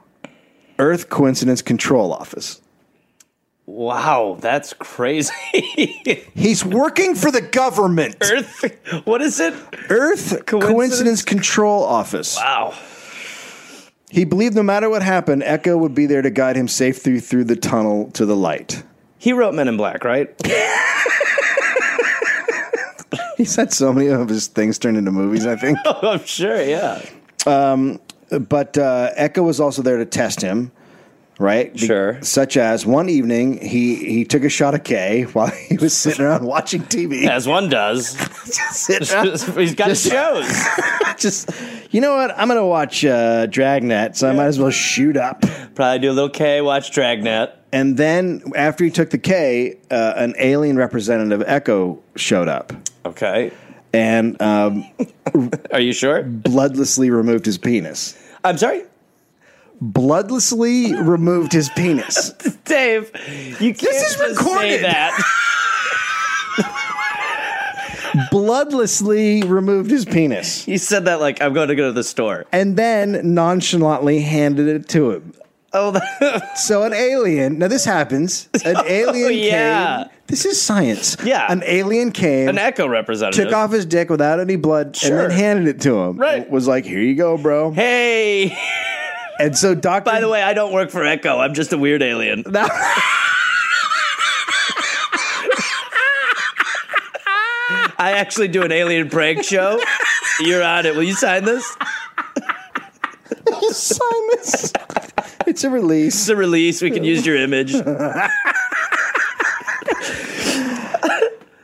Speaker 2: earth coincidence control office
Speaker 3: wow, that's crazy. <laughs>
Speaker 2: He's working for the government. Earth,
Speaker 3: Earth. What is it?
Speaker 2: Coincidence? Control Office.
Speaker 3: Wow.
Speaker 2: He believed no matter what happened, Echo would be there to guide him safely through the tunnel to the light. <laughs>
Speaker 3: He wrote Men in Black, right?
Speaker 2: He's had so many of his things turned into movies, I think.
Speaker 3: I'm Oh, sure. Yeah.
Speaker 2: but uh, Echo was also there to test him, right? Be-
Speaker 3: Sure.
Speaker 2: Such as one evening, he, he took a shot of K while he was sitting around watching TV.
Speaker 3: As one does.
Speaker 2: <laughs>
Speaker 3: <laughs>
Speaker 2: Sitting around- <laughs>
Speaker 3: He's got his shows.
Speaker 2: just, you know what? I'm going to watch uh, Dragnet, so I might as well shoot up.
Speaker 3: Probably do a little K, watch Dragnet.
Speaker 2: And then after he took the K, uh, an alien representative Echo showed up
Speaker 3: Okay.
Speaker 2: and um,
Speaker 3: Are you sure?
Speaker 2: bloodlessly removed his penis.
Speaker 3: I'm sorry?
Speaker 2: Bloodlessly removed his penis.
Speaker 3: Dave, you can't
Speaker 2: is
Speaker 3: just say
Speaker 2: recorded.
Speaker 3: that.
Speaker 2: Bloodlessly removed his penis.
Speaker 3: <laughs> You said that like I'm going to go to the store.
Speaker 2: And then nonchalantly handed it to him.
Speaker 3: Oh, that-
Speaker 2: So an alien. Now this happens. <laughs> An alien
Speaker 3: yeah.
Speaker 2: came. This is science.
Speaker 3: Yeah.
Speaker 2: An alien came.
Speaker 3: <laughs> an echo representative.
Speaker 2: Took off his dick without any blood
Speaker 3: Sure.
Speaker 2: and then handed it to him.
Speaker 3: Right.
Speaker 2: Was like, here you go, bro.
Speaker 3: Hey,
Speaker 2: And so Dr.
Speaker 3: by the way, I don't work for Echo. I'm just a weird alien. <laughs> I actually do an alien prank show. You're on it. Will you sign this?
Speaker 2: sign this. <laughs> It's a release.
Speaker 3: It's a release. We can use your image.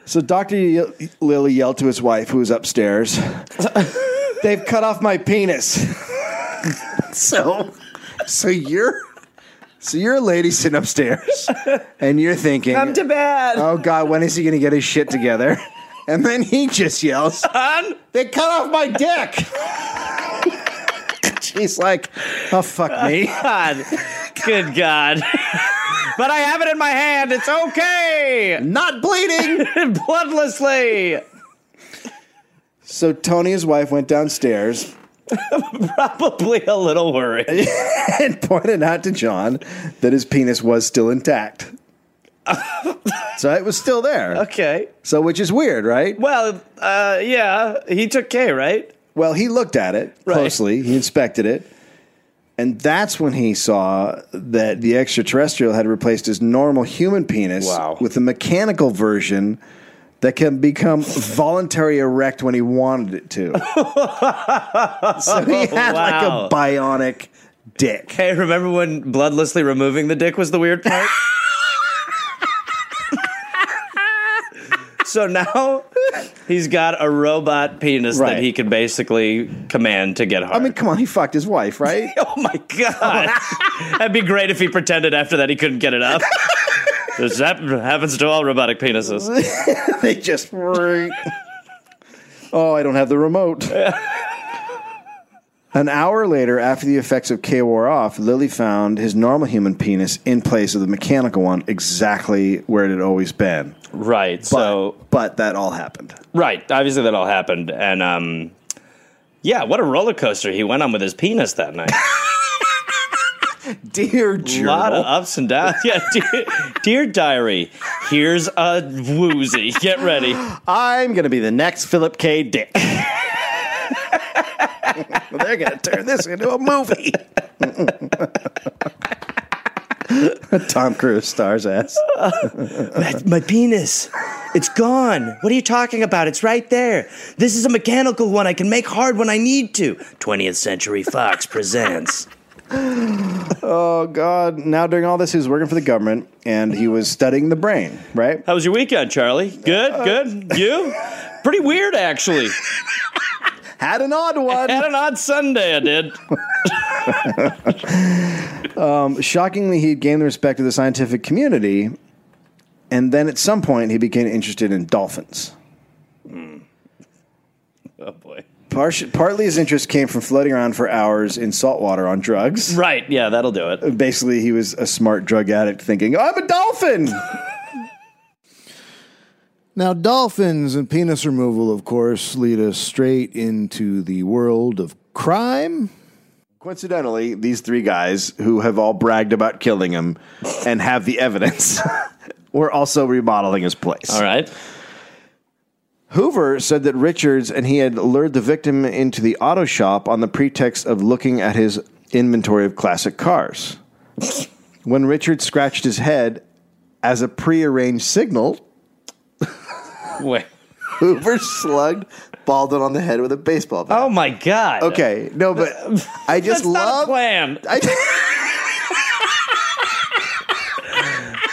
Speaker 2: So Dr. Ye- Lilly yelled to his wife, who was <laughs> upstairs, They've cut off my penis. so, so you're. So you're a lady sitting upstairs, and you're thinking,
Speaker 3: I'm to bed.
Speaker 2: "Oh God, when is he going to get his shit together?" And then he just yells, "They cut off my dick!" <laughs> She's like, "Oh fuck me!"
Speaker 3: God. Good God. but I have it in my hand. It's okay. <laughs>
Speaker 2: Not bleeding.
Speaker 3: Bloodlessly.
Speaker 2: So Tony, his wife, went downstairs
Speaker 3: Probably a little worried.
Speaker 2: <laughs> and pointed out to John that his penis was still
Speaker 3: <laughs>
Speaker 2: intact. so it was still there.
Speaker 3: <laughs> Okay.
Speaker 2: So, which is weird, right?
Speaker 3: Well, uh, yeah. He took K, right?
Speaker 2: Well, he looked at it
Speaker 3: Right.
Speaker 2: closely, he inspected it. And that's when he saw that the extraterrestrial had replaced his normal human penis
Speaker 3: Wow.
Speaker 2: with a mechanical version that can become voluntary erect when he wanted it
Speaker 3: <laughs>
Speaker 2: to. so he had
Speaker 3: Wow.
Speaker 2: like a bionic dick.
Speaker 3: Hey, remember when bloodlessly removing the dick was the weird <laughs> part? so now he's got a robot penis
Speaker 2: Right.
Speaker 3: that he can basically command to get hard.
Speaker 2: I mean, come on, he fucked his wife, right?
Speaker 3: <laughs> oh my god, <laughs> that'd be great if he pretended after that he couldn't get it <laughs> up. This hap- happens to all robotic penises.
Speaker 2: <laughs> they just. oh, I don't have the <laughs> remote. An hour later, after the effects of K wore off, Lily found his normal human penis in place of the mechanical one, exactly where it had always been.
Speaker 3: Right.
Speaker 2: But,
Speaker 3: so
Speaker 2: but that all happened.
Speaker 3: Right. Obviously, that all happened, and um, yeah, what a roller coaster he went on with his penis that <laughs> night.
Speaker 2: Dear
Speaker 3: A lot of ups and downs. Yeah, <laughs> dear, dear diary, here's a woozy. Get ready.
Speaker 2: I'm going to be the next Philip K. <laughs> Dick. They're going to turn this into a movie. <laughs> Tom Cruise stars ass.
Speaker 3: My penis, it's gone. What are you talking about? It's right there. This is a mechanical one I can make hard when I need to. 20th Century Fox presents.
Speaker 2: Oh, God. Now, during all this, he was working for the government and he was studying the brain, right?
Speaker 3: How was your weekend, Charlie? Good,
Speaker 2: Uh,
Speaker 3: good. You? Pretty weird, actually.
Speaker 2: Had an odd one.
Speaker 3: Had an odd Sunday, I did.
Speaker 2: Shockingly, he gained the respect of the scientific community. And then at some point, he became interested in dolphins.
Speaker 3: Oh boy.
Speaker 2: Part- partly his interest came from floating around for hours in salt water on drugs.
Speaker 3: Right. Yeah, that'll do it.
Speaker 2: basically he was a smart drug addict thinking i'm a dolphin
Speaker 1: Now, dolphins and penis removal, of course, lead us straight into the world of crime.
Speaker 2: coincidentally these three guys who have all bragged about killing him and have the evidence <laughs> were also remodeling his place
Speaker 3: All right.
Speaker 2: hoover said that richards and he had lured the victim into the auto shop on the pretext of looking at his inventory of classic cars when richards scratched his head as a prearranged signal
Speaker 3: Wait.
Speaker 2: hoover slugged
Speaker 5: Baldwin on the head with a baseball bat.
Speaker 3: Oh my god.
Speaker 2: okay no but i just
Speaker 3: That's not a
Speaker 2: love
Speaker 3: plan.
Speaker 2: I,
Speaker 3: <laughs>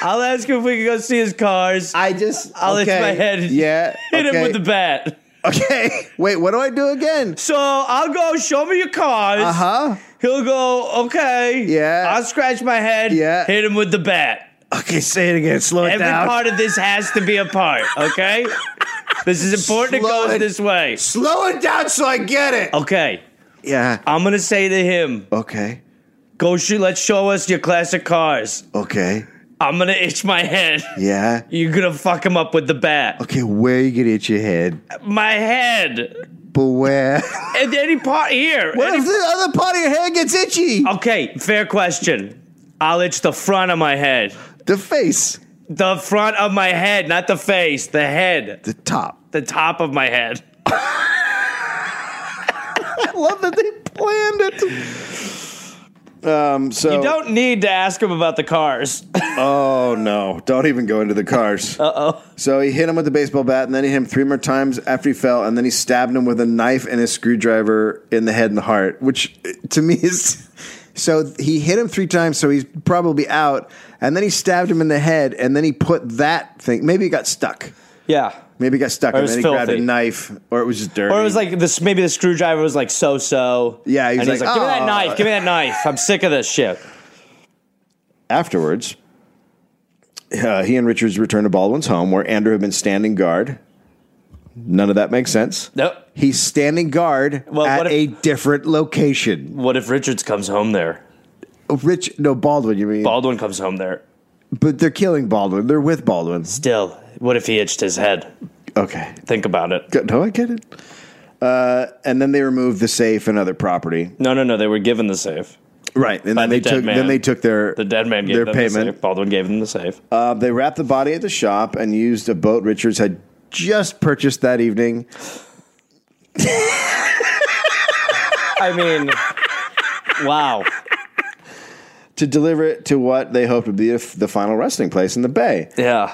Speaker 3: I'll ask him if we can go see his cars.
Speaker 2: I just
Speaker 3: I'll hit my head.
Speaker 2: Yeah.
Speaker 3: Hit
Speaker 2: okay.
Speaker 3: him with the bat.
Speaker 2: Okay. Wait, what do I do again?
Speaker 3: So I'll go show me your cars.
Speaker 2: Uh huh.
Speaker 3: He'll go, okay.
Speaker 2: Yeah.
Speaker 3: I'll scratch my head.
Speaker 2: Yeah.
Speaker 3: Hit him with the bat.
Speaker 2: Okay, say it again. Slow it
Speaker 3: Every part of this has to be a part, okay? this is important.
Speaker 2: Slow
Speaker 3: it goes
Speaker 2: it-
Speaker 3: this way.
Speaker 2: Slow it down so I get it.
Speaker 3: Okay.
Speaker 2: Yeah.
Speaker 3: I'm going to say to him,
Speaker 2: Okay.
Speaker 3: go shoot, let's show us your classic cars.
Speaker 2: Okay.
Speaker 3: I'm going to itch my head.
Speaker 2: Yeah.
Speaker 3: You're going to fuck him up with the bat.
Speaker 2: Okay, where you gonna hit your head?
Speaker 3: My head.
Speaker 2: But where?
Speaker 3: And any part here.
Speaker 2: What
Speaker 3: any-
Speaker 2: if the other part of your head gets itchy?
Speaker 3: Okay, fair question. I'll itch the front of my head.
Speaker 2: The face.
Speaker 3: The front of my head, not the face, the head,
Speaker 2: The top.
Speaker 3: the top of my head.
Speaker 2: I love that they planned it. Um, so
Speaker 3: You don't need to ask him about the cars.
Speaker 2: Oh no! Don't even go into the cars. Uh oh. So he hit him with the baseball bat, and then he hit him three more times after he fell, and then he stabbed him with a knife and a screwdriver in the head and the heart, which eh, to me is. So he hit him three times, so he's probably out, and then he stabbed him in the head, and then he put that thing. Maybe he got stuck.
Speaker 3: yeah.
Speaker 2: Maybe he got stuck,
Speaker 3: Or it
Speaker 2: and
Speaker 3: was
Speaker 2: then he grabbed a
Speaker 3: filthy.
Speaker 2: knife, or it was just dirty.
Speaker 3: Or it was like this maybe the screwdriver was like so so.
Speaker 2: Yeah, he was
Speaker 3: and he's
Speaker 2: like,
Speaker 3: like, Give me that
Speaker 2: "Oh."
Speaker 3: knife, give me that knife. I'm sick of this shit.
Speaker 2: afterwards. Uh, he and Richards returned to Baldwin's home, where Andrew had been standing guard. None of that makes sense.
Speaker 3: Nope.
Speaker 2: He's standing guard
Speaker 3: Well,
Speaker 2: at
Speaker 3: what if-
Speaker 2: a different location.
Speaker 3: What if Richards comes home there?
Speaker 2: Rich, no Baldwin. You mean?
Speaker 3: Baldwin comes home there.
Speaker 2: but they're killing Baldwin. They're with Baldwin.
Speaker 3: Still, what if he itched his head?
Speaker 2: Okay.
Speaker 3: Think about it.
Speaker 2: Good. No, I get it. Uh, and then they removed the safe and other property.
Speaker 3: No, no, no. They were given the safe.
Speaker 2: Right. And
Speaker 3: By
Speaker 2: then
Speaker 3: the
Speaker 2: they
Speaker 3: dead
Speaker 2: took.
Speaker 3: man.
Speaker 2: Then they took their
Speaker 3: The dead man gave
Speaker 2: their
Speaker 3: them the
Speaker 2: payment.
Speaker 3: safe. Baldwin gave them the safe.
Speaker 2: Uh, they wrapped the body at the shop and used a boat Richards had just purchased that evening.
Speaker 3: I mean, <laughs> wow.
Speaker 2: to deliver it to what they hoped would be the the final resting place in the bay.
Speaker 3: Yeah.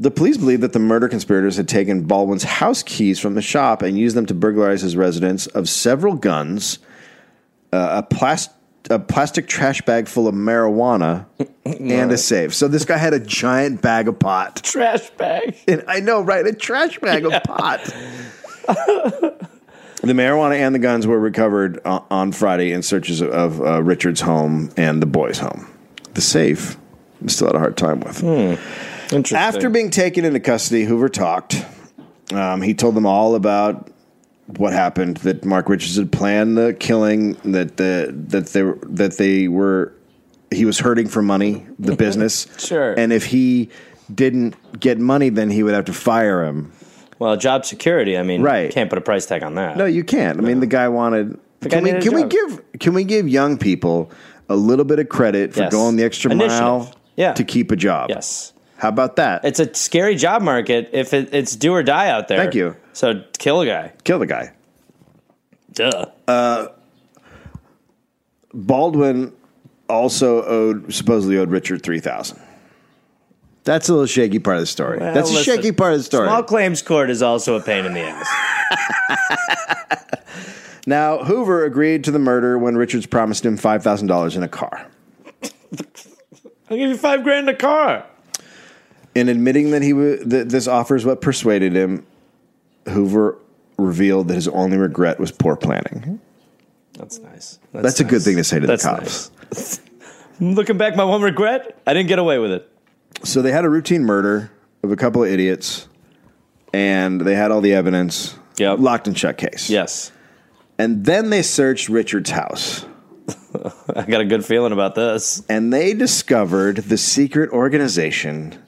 Speaker 2: The police believe that the murder conspirators had taken Baldwin's house keys from the shop and used them to burglarize his residence of several guns, uh, a, plas- a plastic trash bag full of marijuana, and a safe. So this guy had a giant bag of pot.
Speaker 3: Trash bag.
Speaker 2: And I know, right? A trash bag of pot. <laughs> the marijuana and the guns were recovered uh, on Friday in searches of uh, Richard's home and the boys' home. The safe, I still had a hard time with.
Speaker 3: Interesting.
Speaker 2: After being taken into custody, Hoover talked. Um, he told them all about what happened. That Mark Richards had planned the killing. That the that they were- that they were he was hurting for money,
Speaker 3: <laughs>
Speaker 2: the business.
Speaker 3: Sure.
Speaker 2: And if he didn't get money, then he would have to fire him.
Speaker 3: well, job security. I mean,
Speaker 2: Right.
Speaker 3: Can't put a price tag on that.
Speaker 2: No, you can't. I mean, the guy wanted.
Speaker 3: The guy
Speaker 2: can we
Speaker 3: needed a
Speaker 2: can we
Speaker 3: job.
Speaker 2: give can we give young people a little bit of credit for
Speaker 3: Yes.
Speaker 2: going the extra
Speaker 3: Initiative.
Speaker 2: mile
Speaker 3: Yeah.
Speaker 2: to keep a job?
Speaker 3: Yes.
Speaker 2: How about that?
Speaker 3: It's a scary job market if it, it's do or die out there.
Speaker 2: Thank you.
Speaker 3: So kill a guy.
Speaker 2: Kill the guy.
Speaker 3: Duh.
Speaker 2: Baldwin also owed supposedly owed Richard three thousand. That's a little shaky part of the story.
Speaker 3: Well,
Speaker 2: That's a
Speaker 3: listen,
Speaker 2: shaky part of the story.
Speaker 3: Small claims court is also a pain in the ass.
Speaker 2: Now Hoover agreed to the murder when Richards promised him five thousand dollars in a car.
Speaker 3: I'll give you five grand a car.
Speaker 2: In admitting that he wa that this offer is what persuaded him, Hoover revealed that his only regret was poor planning.
Speaker 3: That's nice.
Speaker 2: That's a good thing to say to
Speaker 3: That's
Speaker 2: the cops.
Speaker 3: nice. <laughs> Looking back, my one regret, I didn't get away with it.
Speaker 2: So they had a routine murder of a couple of idiots, and they had all the evidence.
Speaker 3: Yep.
Speaker 2: locked and shut case.
Speaker 3: Yes.
Speaker 2: and then they searched Richard's house.
Speaker 3: I got a good feeling about this.
Speaker 2: and they discovered the secret organization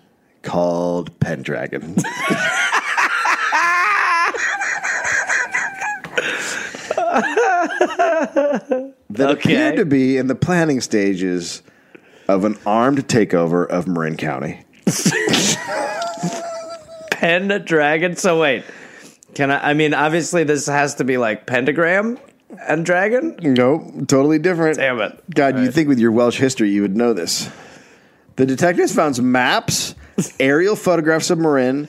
Speaker 2: called Pendragon. <laughs> that
Speaker 3: Okay.
Speaker 2: appeared to be in the planning stages of an armed takeover of Marin County.
Speaker 3: Pendragon. So wait. Can I I mean obviously this has to be like pentagram and dragon?
Speaker 2: Nope, totally different.
Speaker 3: Damn it.
Speaker 2: God, you think with your Welsh history you would know this. The detectives found some
Speaker 3: <laughs>
Speaker 2: maps, aerial photographs of Marin,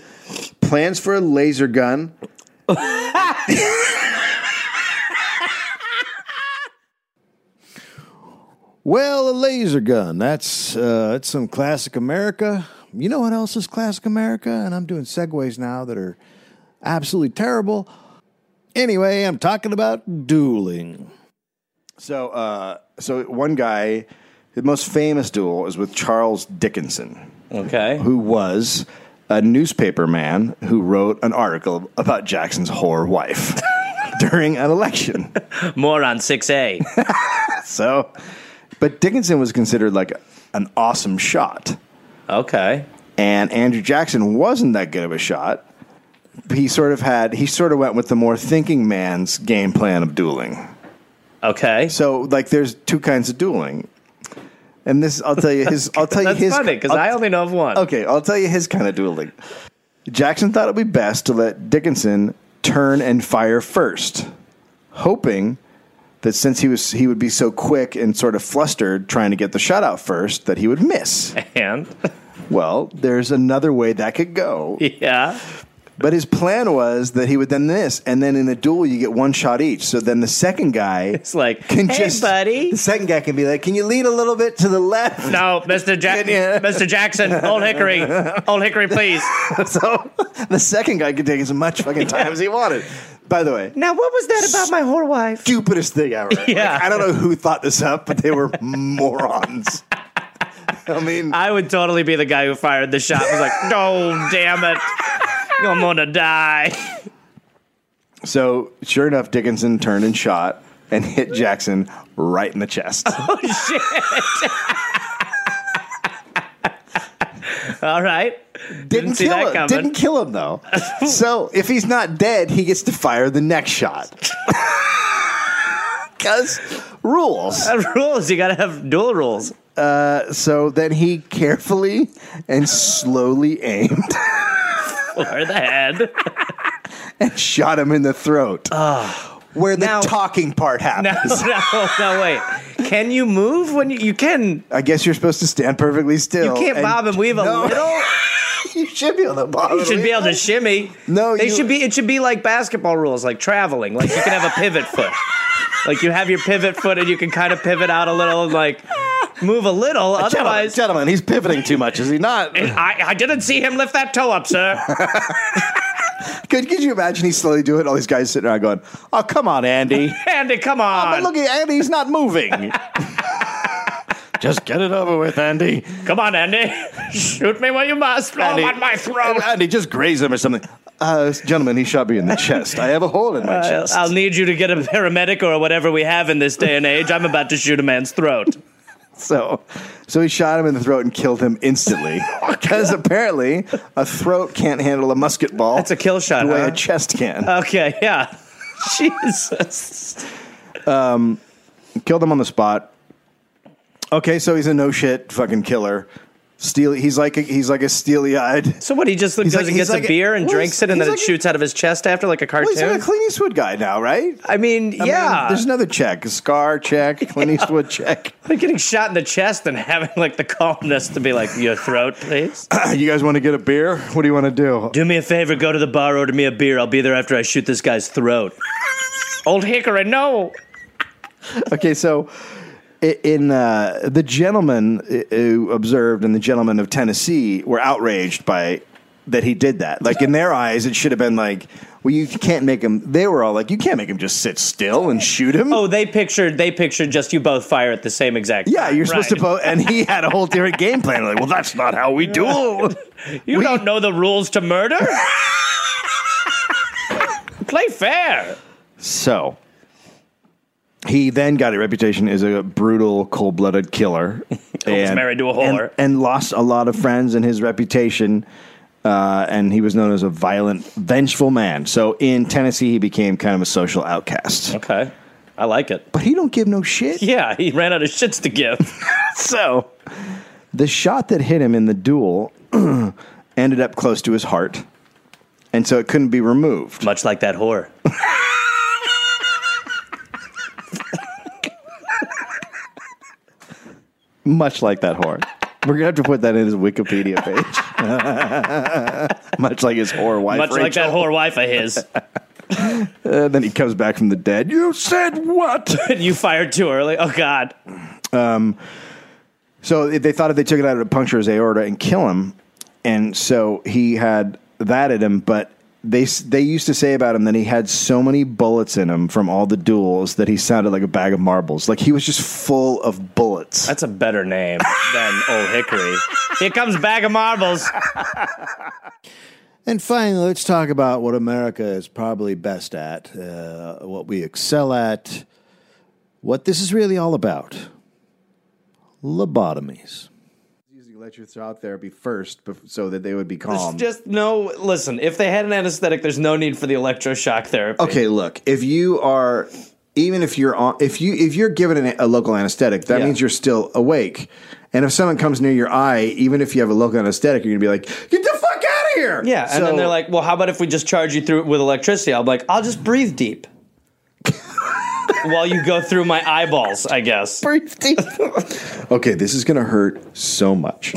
Speaker 2: plans for a laser
Speaker 3: <laughs>
Speaker 2: gun.
Speaker 15: Well, a laser gun. That's uh, that's some classic America. You know what else is classic America? And I'm doing segues now that are absolutely terrible. Anyway, I'm talking about dueling.
Speaker 2: So, uh, so one guy, the most famous duel is with Charles Dickinson,
Speaker 3: Okay.
Speaker 2: who was a newspaper man who wrote an article about Jackson's whore wife <laughs> during an election.
Speaker 3: More on 6A.
Speaker 2: So, but Dickinson was considered like an awesome shot.
Speaker 3: Okay.
Speaker 2: and Andrew Jackson wasn't that good of a shot. He sort of had he sort of went with the more thinking man's game plan of dueling.
Speaker 3: Okay.
Speaker 2: So like there's two kinds of dueling. And this I'll tell you his I'll tell
Speaker 3: That's
Speaker 2: you his
Speaker 3: funny because
Speaker 2: I'll-
Speaker 3: I only know of one.
Speaker 2: Okay, I'll tell you his kind of dueling. Jackson thought it would be best to let Dickinson turn and fire first, hoping that since he was he would be so quick and sort of flustered trying to get the shot out first that he would
Speaker 3: <laughs>
Speaker 2: miss.
Speaker 3: And
Speaker 2: Well, there's another way that could go.
Speaker 3: yeah.
Speaker 2: But his plan was that he would then this, and then in a duel you get one shot each. So then the second guy
Speaker 3: <laughs> It's like,
Speaker 2: can
Speaker 3: hey,
Speaker 2: just
Speaker 3: buddy.
Speaker 2: the second guy can be like, "Can you lean a little bit to the left?"
Speaker 3: No, Mr. Jack-
Speaker 2: Yeah.
Speaker 3: Mr. Jackson, Old Hickory, Old Hickory, please.
Speaker 2: <laughs> so the second guy could take as much fucking time as he wanted. By the way,
Speaker 3: Now, what was that about my whore wife?
Speaker 2: stupidest thing ever.
Speaker 3: Yeah.
Speaker 2: Like, I don't know who thought this up, but they were <laughs> morons. <laughs> I mean,
Speaker 3: I would totally be the guy who fired the shot. I was like, <laughs> no, damn it, I'm gonna <laughs> die.
Speaker 2: so sure enough, Dickinson turned and shot and hit Jackson right in the chest.
Speaker 3: Oh, All right,
Speaker 2: didn't
Speaker 3: see
Speaker 2: kill
Speaker 3: that
Speaker 2: him.
Speaker 3: coming.
Speaker 2: Didn't kill him
Speaker 3: <laughs>
Speaker 2: though. so if he's not dead, he gets to fire the next
Speaker 3: <laughs>
Speaker 2: shot. Because rules.
Speaker 3: That rules. You gotta have dual rules.
Speaker 2: So then he carefully and slowly
Speaker 3: <laughs>
Speaker 2: aimed
Speaker 3: Or the head.
Speaker 2: <laughs> and shot him in the throat, where the
Speaker 3: <laughs> Now-
Speaker 2: talking part
Speaker 3: No,
Speaker 2: happens.
Speaker 3: no, no. Wait. Can you move when you, you can?
Speaker 2: I guess you're supposed to stand perfectly
Speaker 3: You
Speaker 2: still.
Speaker 3: can't
Speaker 2: and- <laughs>
Speaker 3: bob and weave a
Speaker 2: No.
Speaker 3: little.
Speaker 16: you should be able to bottle.
Speaker 3: You should be able to shimmy.
Speaker 16: No,
Speaker 3: they
Speaker 16: you-
Speaker 3: should be. It should be like basketball rules, like traveling. Like you can have a pivot foot. like you have your pivot foot, and you can kind of pivot out a little, and like move a little.
Speaker 2: Gentlemen,
Speaker 3: Otherwise,
Speaker 2: gentlemen, he's pivoting too much, is he
Speaker 3: <laughs>
Speaker 2: not?
Speaker 3: I, I didn't see him lift that toe up,
Speaker 2: <laughs>
Speaker 3: sir.
Speaker 2: could, could you imagine he's slowly doing it? All these guys sitting around going, "Oh, come on, <laughs> Andy!
Speaker 3: Andy, come on,
Speaker 2: Oh, But look, Andy, he's not moving." <laughs> Just get it over with, Andy.
Speaker 3: come on,
Speaker 2: <laughs>
Speaker 3: Andy, shoot me where you must. Blow
Speaker 2: Andy-
Speaker 3: on my throat.
Speaker 2: Andy, just graze him or something. Uh, gentlemen, he shot me in the chest. I have a hole in my <laughs> chest.
Speaker 3: I'll need you to get a paramedic or whatever we have in this day and age. I'm about to shoot a man's throat.
Speaker 2: So, so he shot him in the throat and killed him <laughs> instantly because apparently a throat can't handle a musket ball.
Speaker 3: That's a kill shot,
Speaker 2: The way
Speaker 3: huh? Uh,
Speaker 2: a chest can.
Speaker 3: Okay, yeah. Jesus.
Speaker 2: Killed him on the spot. Okay, so he's a no shit fucking killer. Steely, he's like a, he's like a steely eyed.
Speaker 3: So what? He just goes
Speaker 2: like-
Speaker 3: and
Speaker 2: he's
Speaker 3: gets
Speaker 2: like
Speaker 3: a
Speaker 2: a-
Speaker 3: beer and
Speaker 2: well,
Speaker 3: drinks
Speaker 2: he's-
Speaker 3: it, and
Speaker 2: he's
Speaker 3: then it
Speaker 2: like a-
Speaker 3: shoots out of his chest after like a
Speaker 2: Well,
Speaker 3: cartoon.
Speaker 2: he's like a Clint Eastwood guy now, right?
Speaker 3: I mean,
Speaker 2: I mean,
Speaker 3: yeah.
Speaker 2: there's another check, a scar check, Clint
Speaker 3: <laughs>
Speaker 2: Eastwood check.
Speaker 3: Like getting shot in the chest and having like the calmness to be like, your throat, please.
Speaker 2: Uh, you guys want to get a beer? What do you want to do?
Speaker 3: <clears throat> Do me a favor, go to the bar, order me a beer. I'll be there after I shoot this guy's throat. Old Hickory, no.
Speaker 2: Okay, so i- in uh, the gentleman i- who observed and the gentleman of Tennessee were outraged by that he did that. Like in their eyes, it should have been like, well, you can't make him. They were all like, you can't make him just sit still and shoot him.
Speaker 3: Oh, they pictured they pictured just you both fire at the same exact.
Speaker 2: yeah, you're supposed to
Speaker 3: Right.
Speaker 2: vote. And he had a whole different game plan. Like, well, that's not how we
Speaker 3: <laughs>
Speaker 2: duel.
Speaker 3: You don't know the rules to <laughs> murder. Play fair.
Speaker 2: So he then got a reputation as a brutal, cold blooded
Speaker 3: <laughs>
Speaker 2: killer. and,
Speaker 3: married to a whore.
Speaker 2: And, and lost a lot of friends and his reputation. Uh, and he was known as a violent, vengeful man. So in Tennessee, he became kind of a social outcast.
Speaker 3: Okay, I like it.
Speaker 2: But he don't give no shit.
Speaker 3: <laughs> Yeah, he ran out of shits to <laughs> give.
Speaker 2: So the shot that hit him in the duel <clears throat> ended up close to his heart. And so it couldn't be removed.
Speaker 3: Much like that whore.
Speaker 2: much like that whore. We're gonna have to put that in his Wikipedia page. <laughs> much like his whore wife.
Speaker 3: Much like that whore wife of <laughs> his.
Speaker 2: Uh, then he comes back from the dead. You said what? <laughs>
Speaker 3: you fired too early. Oh God.
Speaker 2: so they thought if they took it out, it would puncture his aorta and kill him. And so he had that at him, but. They, s- they used to say about him that he had so many bullets in him from all the duels that he sounded like a bag of marbles. Like he was just full of bullets.
Speaker 3: That's a better name than Old Hickory. Here comes Bag of Marbles.
Speaker 17: And finally, let's talk about what America is probably best at, uh, what we excel at, what this is really all about lobotomies.
Speaker 2: using electroshock therapy first bef- so that they would be calm.
Speaker 3: Just no, listen, if they had an anesthetic, there's no need for the electroshock therapy.
Speaker 2: Okay, look, if you are even if you're on if you if you're given an, a local anesthetic, that
Speaker 3: Yeah.
Speaker 2: means you're still awake. And if someone comes near your eye, even if you have a local anesthetic, you're gonna be like, "Get the fuck out of here!"
Speaker 3: Yeah, and
Speaker 2: So-
Speaker 3: then they're like, well, how about if we just charge you through it with electricity? I'm like, I'll just breathe
Speaker 18: <laughs>
Speaker 3: deep. While you go through my eyeballs,
Speaker 2: <laughs>
Speaker 3: I guess.
Speaker 2: "Okay, this is gonna hurt so <laughs> much."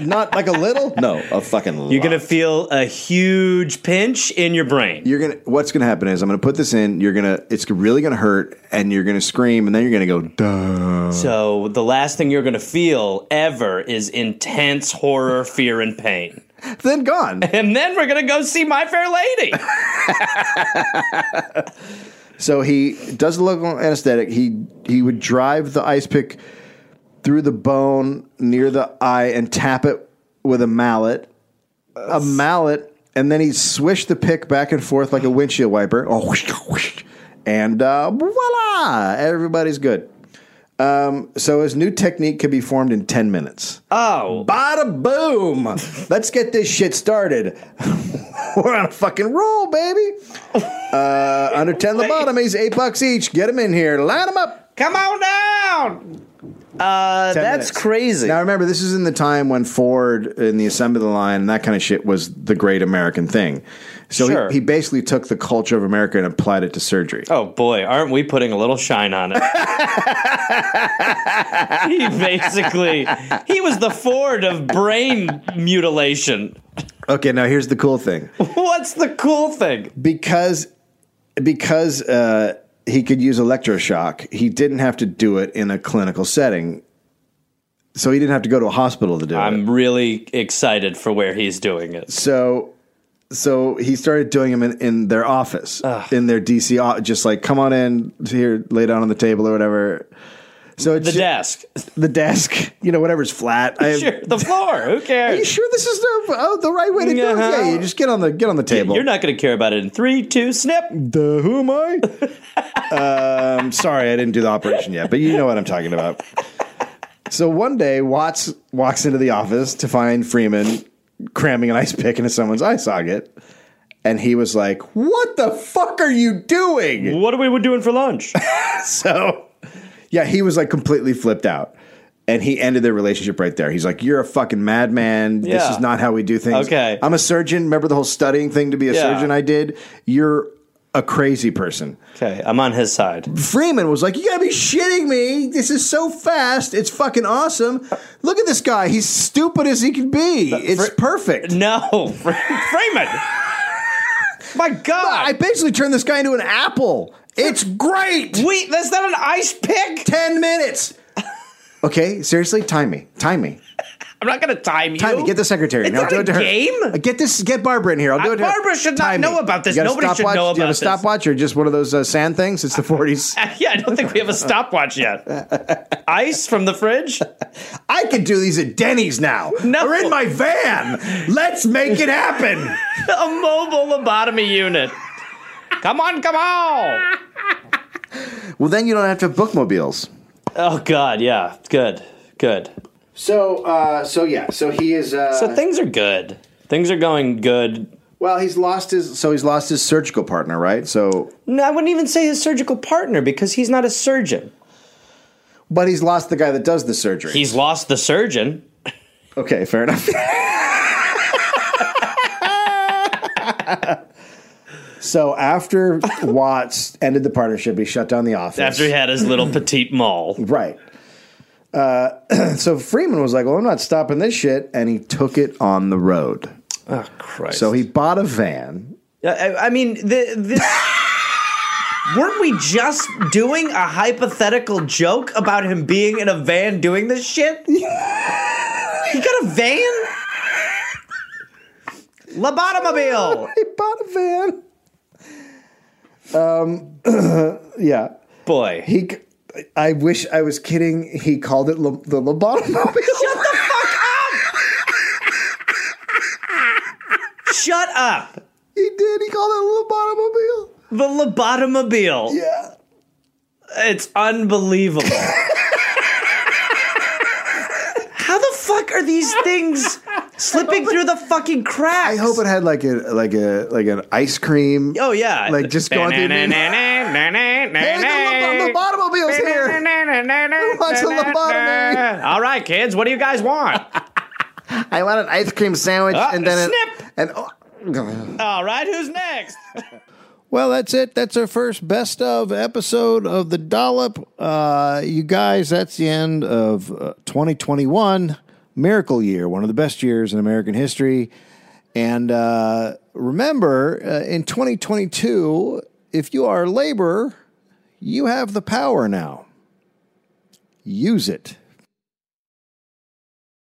Speaker 2: Not like a little, no, a fucking.
Speaker 3: You're gonna feel a huge pinch in your brain.
Speaker 2: You're gonna. What's gonna happen is I'm gonna put this in. You're gonna. It's really gonna hurt, and you're gonna scream, and then you're gonna go,
Speaker 18: Mm.
Speaker 2: "Duh."
Speaker 3: So the last thing you're gonna feel ever is intense horror, fear, and pain.
Speaker 2: Then
Speaker 3: <laughs>
Speaker 2: gone.
Speaker 3: And then we're gonna go see My Fair Lady.
Speaker 18: Uh,
Speaker 2: So he does the local anesthetic. He he would drive the ice pick through the bone near the eye and tap it with a mallet, a mallet, and then he'd swish the pick back and forth like a windshield wiper. Oh, whoosh, whoosh. and uh, voila, everybody's good. Um, so his new technique could be formed in ten minutes.
Speaker 3: Oh,
Speaker 2: Bada boom! Let's get this shit started. <laughs> We're on a fucking roll, baby. Uh, under ten lobotomies, eight bucks each. Get them in here. Line them up.
Speaker 3: come on down.
Speaker 18: Uh, that's crazy.
Speaker 2: Now remember, this is in the time when Ford and the assembly line and that kind of shit was the great American thing. So
Speaker 18: Sure.
Speaker 2: he, he basically took the culture of America and applied it to surgery.
Speaker 3: Oh boy, aren't we putting a little shine on it? he basically he was the Ford of brain mutilation.
Speaker 2: Okay, now here's the cool thing.
Speaker 3: What's the cool thing?
Speaker 2: because because uh, he could use electroshock, he didn't have to do it in a clinical setting. So he didn't have to go to a hospital to do it.
Speaker 3: I'm really excited for where he's doing it.
Speaker 2: So so he started doing them in, in their office, in their DC, o- just like come on in here, lay down on the table or whatever. So it's
Speaker 3: The
Speaker 2: ju-
Speaker 3: desk,
Speaker 2: the desk, you know, whatever's flat. I,
Speaker 3: sure, the floor. <laughs> Who
Speaker 2: Are you
Speaker 3: cares?
Speaker 2: sure this is the, oh, the right way to do it?
Speaker 3: Uh-huh.
Speaker 2: Yeah, you just get on the get on the table.
Speaker 3: You're not going to care about it in three, two, snip.
Speaker 2: The who am I? um, sorry, I didn't do the operation yet, but you know what I'm talking about. So one day, Watts walks into the office to find Freeman cramming an ice pick into someone's eye socket, and he was like, "What the fuck are you doing?"
Speaker 3: What are we doing for <laughs> lunch?
Speaker 2: So, yeah, he was like completely flipped out. And he ended their relationship right there. He's like, "You're a fucking madman.
Speaker 3: Yeah.
Speaker 2: This is not how we do things."
Speaker 3: Okay.
Speaker 2: I'm a surgeon. Remember the whole studying thing to be a
Speaker 3: Yeah.
Speaker 2: surgeon I did? You're a crazy person.
Speaker 3: Okay, I'm on his side.
Speaker 2: Freeman was like, "You gotta be shitting me! This is so fast. It's fucking awesome. Look at this guy. He's stupid as he can be. It's perfect."
Speaker 3: No, Freeman. My God,
Speaker 2: I basically turned this guy into an apple. It's great.
Speaker 3: wait, that's not an ice pick.
Speaker 2: Ten minutes. Okay, seriously, time me. Time me.
Speaker 3: I'm not going to time you.
Speaker 2: Time me. Get the secretary.
Speaker 3: It's
Speaker 2: no,
Speaker 3: not
Speaker 2: do
Speaker 3: a
Speaker 2: it to her.
Speaker 3: game?
Speaker 2: Uh, Get this. Get Barbara in here. I'll do
Speaker 3: Uh,
Speaker 2: it. To her.
Speaker 3: Barbara should not
Speaker 2: Time
Speaker 3: know
Speaker 2: me.
Speaker 3: about this.
Speaker 2: You got a
Speaker 3: Nobody should
Speaker 2: stopwatch? Do
Speaker 3: know
Speaker 2: you have a
Speaker 3: about this.
Speaker 2: stopwatch or just one of those uh, sand things?
Speaker 3: <laughs>
Speaker 2: It's the forties.
Speaker 3: <laughs> Yeah, I don't think
Speaker 2: <laughs>
Speaker 3: we have a stopwatch yet. Ice from the fridge?
Speaker 2: I can do these at Denny's now.
Speaker 3: No.
Speaker 2: Or in my van. Let's make it happen.
Speaker 3: A mobile lobotomy unit. Come on, come on.
Speaker 2: Well, then you don't have to have bookmobiles.
Speaker 3: Oh, God, yeah. Good, good.
Speaker 2: So, uh, so yeah, so he is. Uh,
Speaker 3: So things are good. Things are going good.
Speaker 2: well, he's lost his. So he's lost his surgical partner, right? So,
Speaker 3: No, I wouldn't even say his surgical partner because he's not a surgeon.
Speaker 2: but he's lost the guy that does the surgery.
Speaker 3: He's lost the surgeon.
Speaker 2: okay, fair enough. so after Watts ended the partnership, he shut down the office
Speaker 3: After he had his <clears throat> little petite mall.
Speaker 2: Right. Uh, <clears throat> so Freeman was like, "Well, I'm not stopping this shit," and he took it on the road.
Speaker 3: Oh, Christ.
Speaker 2: So he bought a van.
Speaker 3: Uh, I, I mean, the, this. Weren't we just doing a hypothetical joke about him being in a van doing this
Speaker 2: <laughs>
Speaker 3: shit? he got a van? Lobotomobile!
Speaker 2: He bought a van. Um, <clears throat> yeah.
Speaker 3: Boy.
Speaker 2: He. c- I wish I was kidding. He called it lo- the lobotomobile.
Speaker 3: Shut up!
Speaker 2: <laughs> he did. He called it lobotomobile.
Speaker 3: The lobotomobile.
Speaker 2: Yeah.
Speaker 3: It's unbelievable. How the fuck are these things slipping through the fucking cracks?
Speaker 2: I hope it had like a like a like an ice cream.
Speaker 3: Oh, yeah.
Speaker 2: Like just going through. the- Hey, the lo- lobotomobile's here. Who wants a lobotomy?
Speaker 3: All right, kids, what do you guys want?
Speaker 2: I want an ice cream sandwich
Speaker 3: Ah,
Speaker 2: and then
Speaker 3: snip.
Speaker 2: An, and oh,
Speaker 3: All right, who's next?
Speaker 19: Well, that's it. That's our first best of episode of the Dollop. Uh, you guys, that's the end of uh, 2021, miracle year, one of the best years in American history. And uh, remember, uh, in 2022, if you are a laborer, you have the power now. Use it.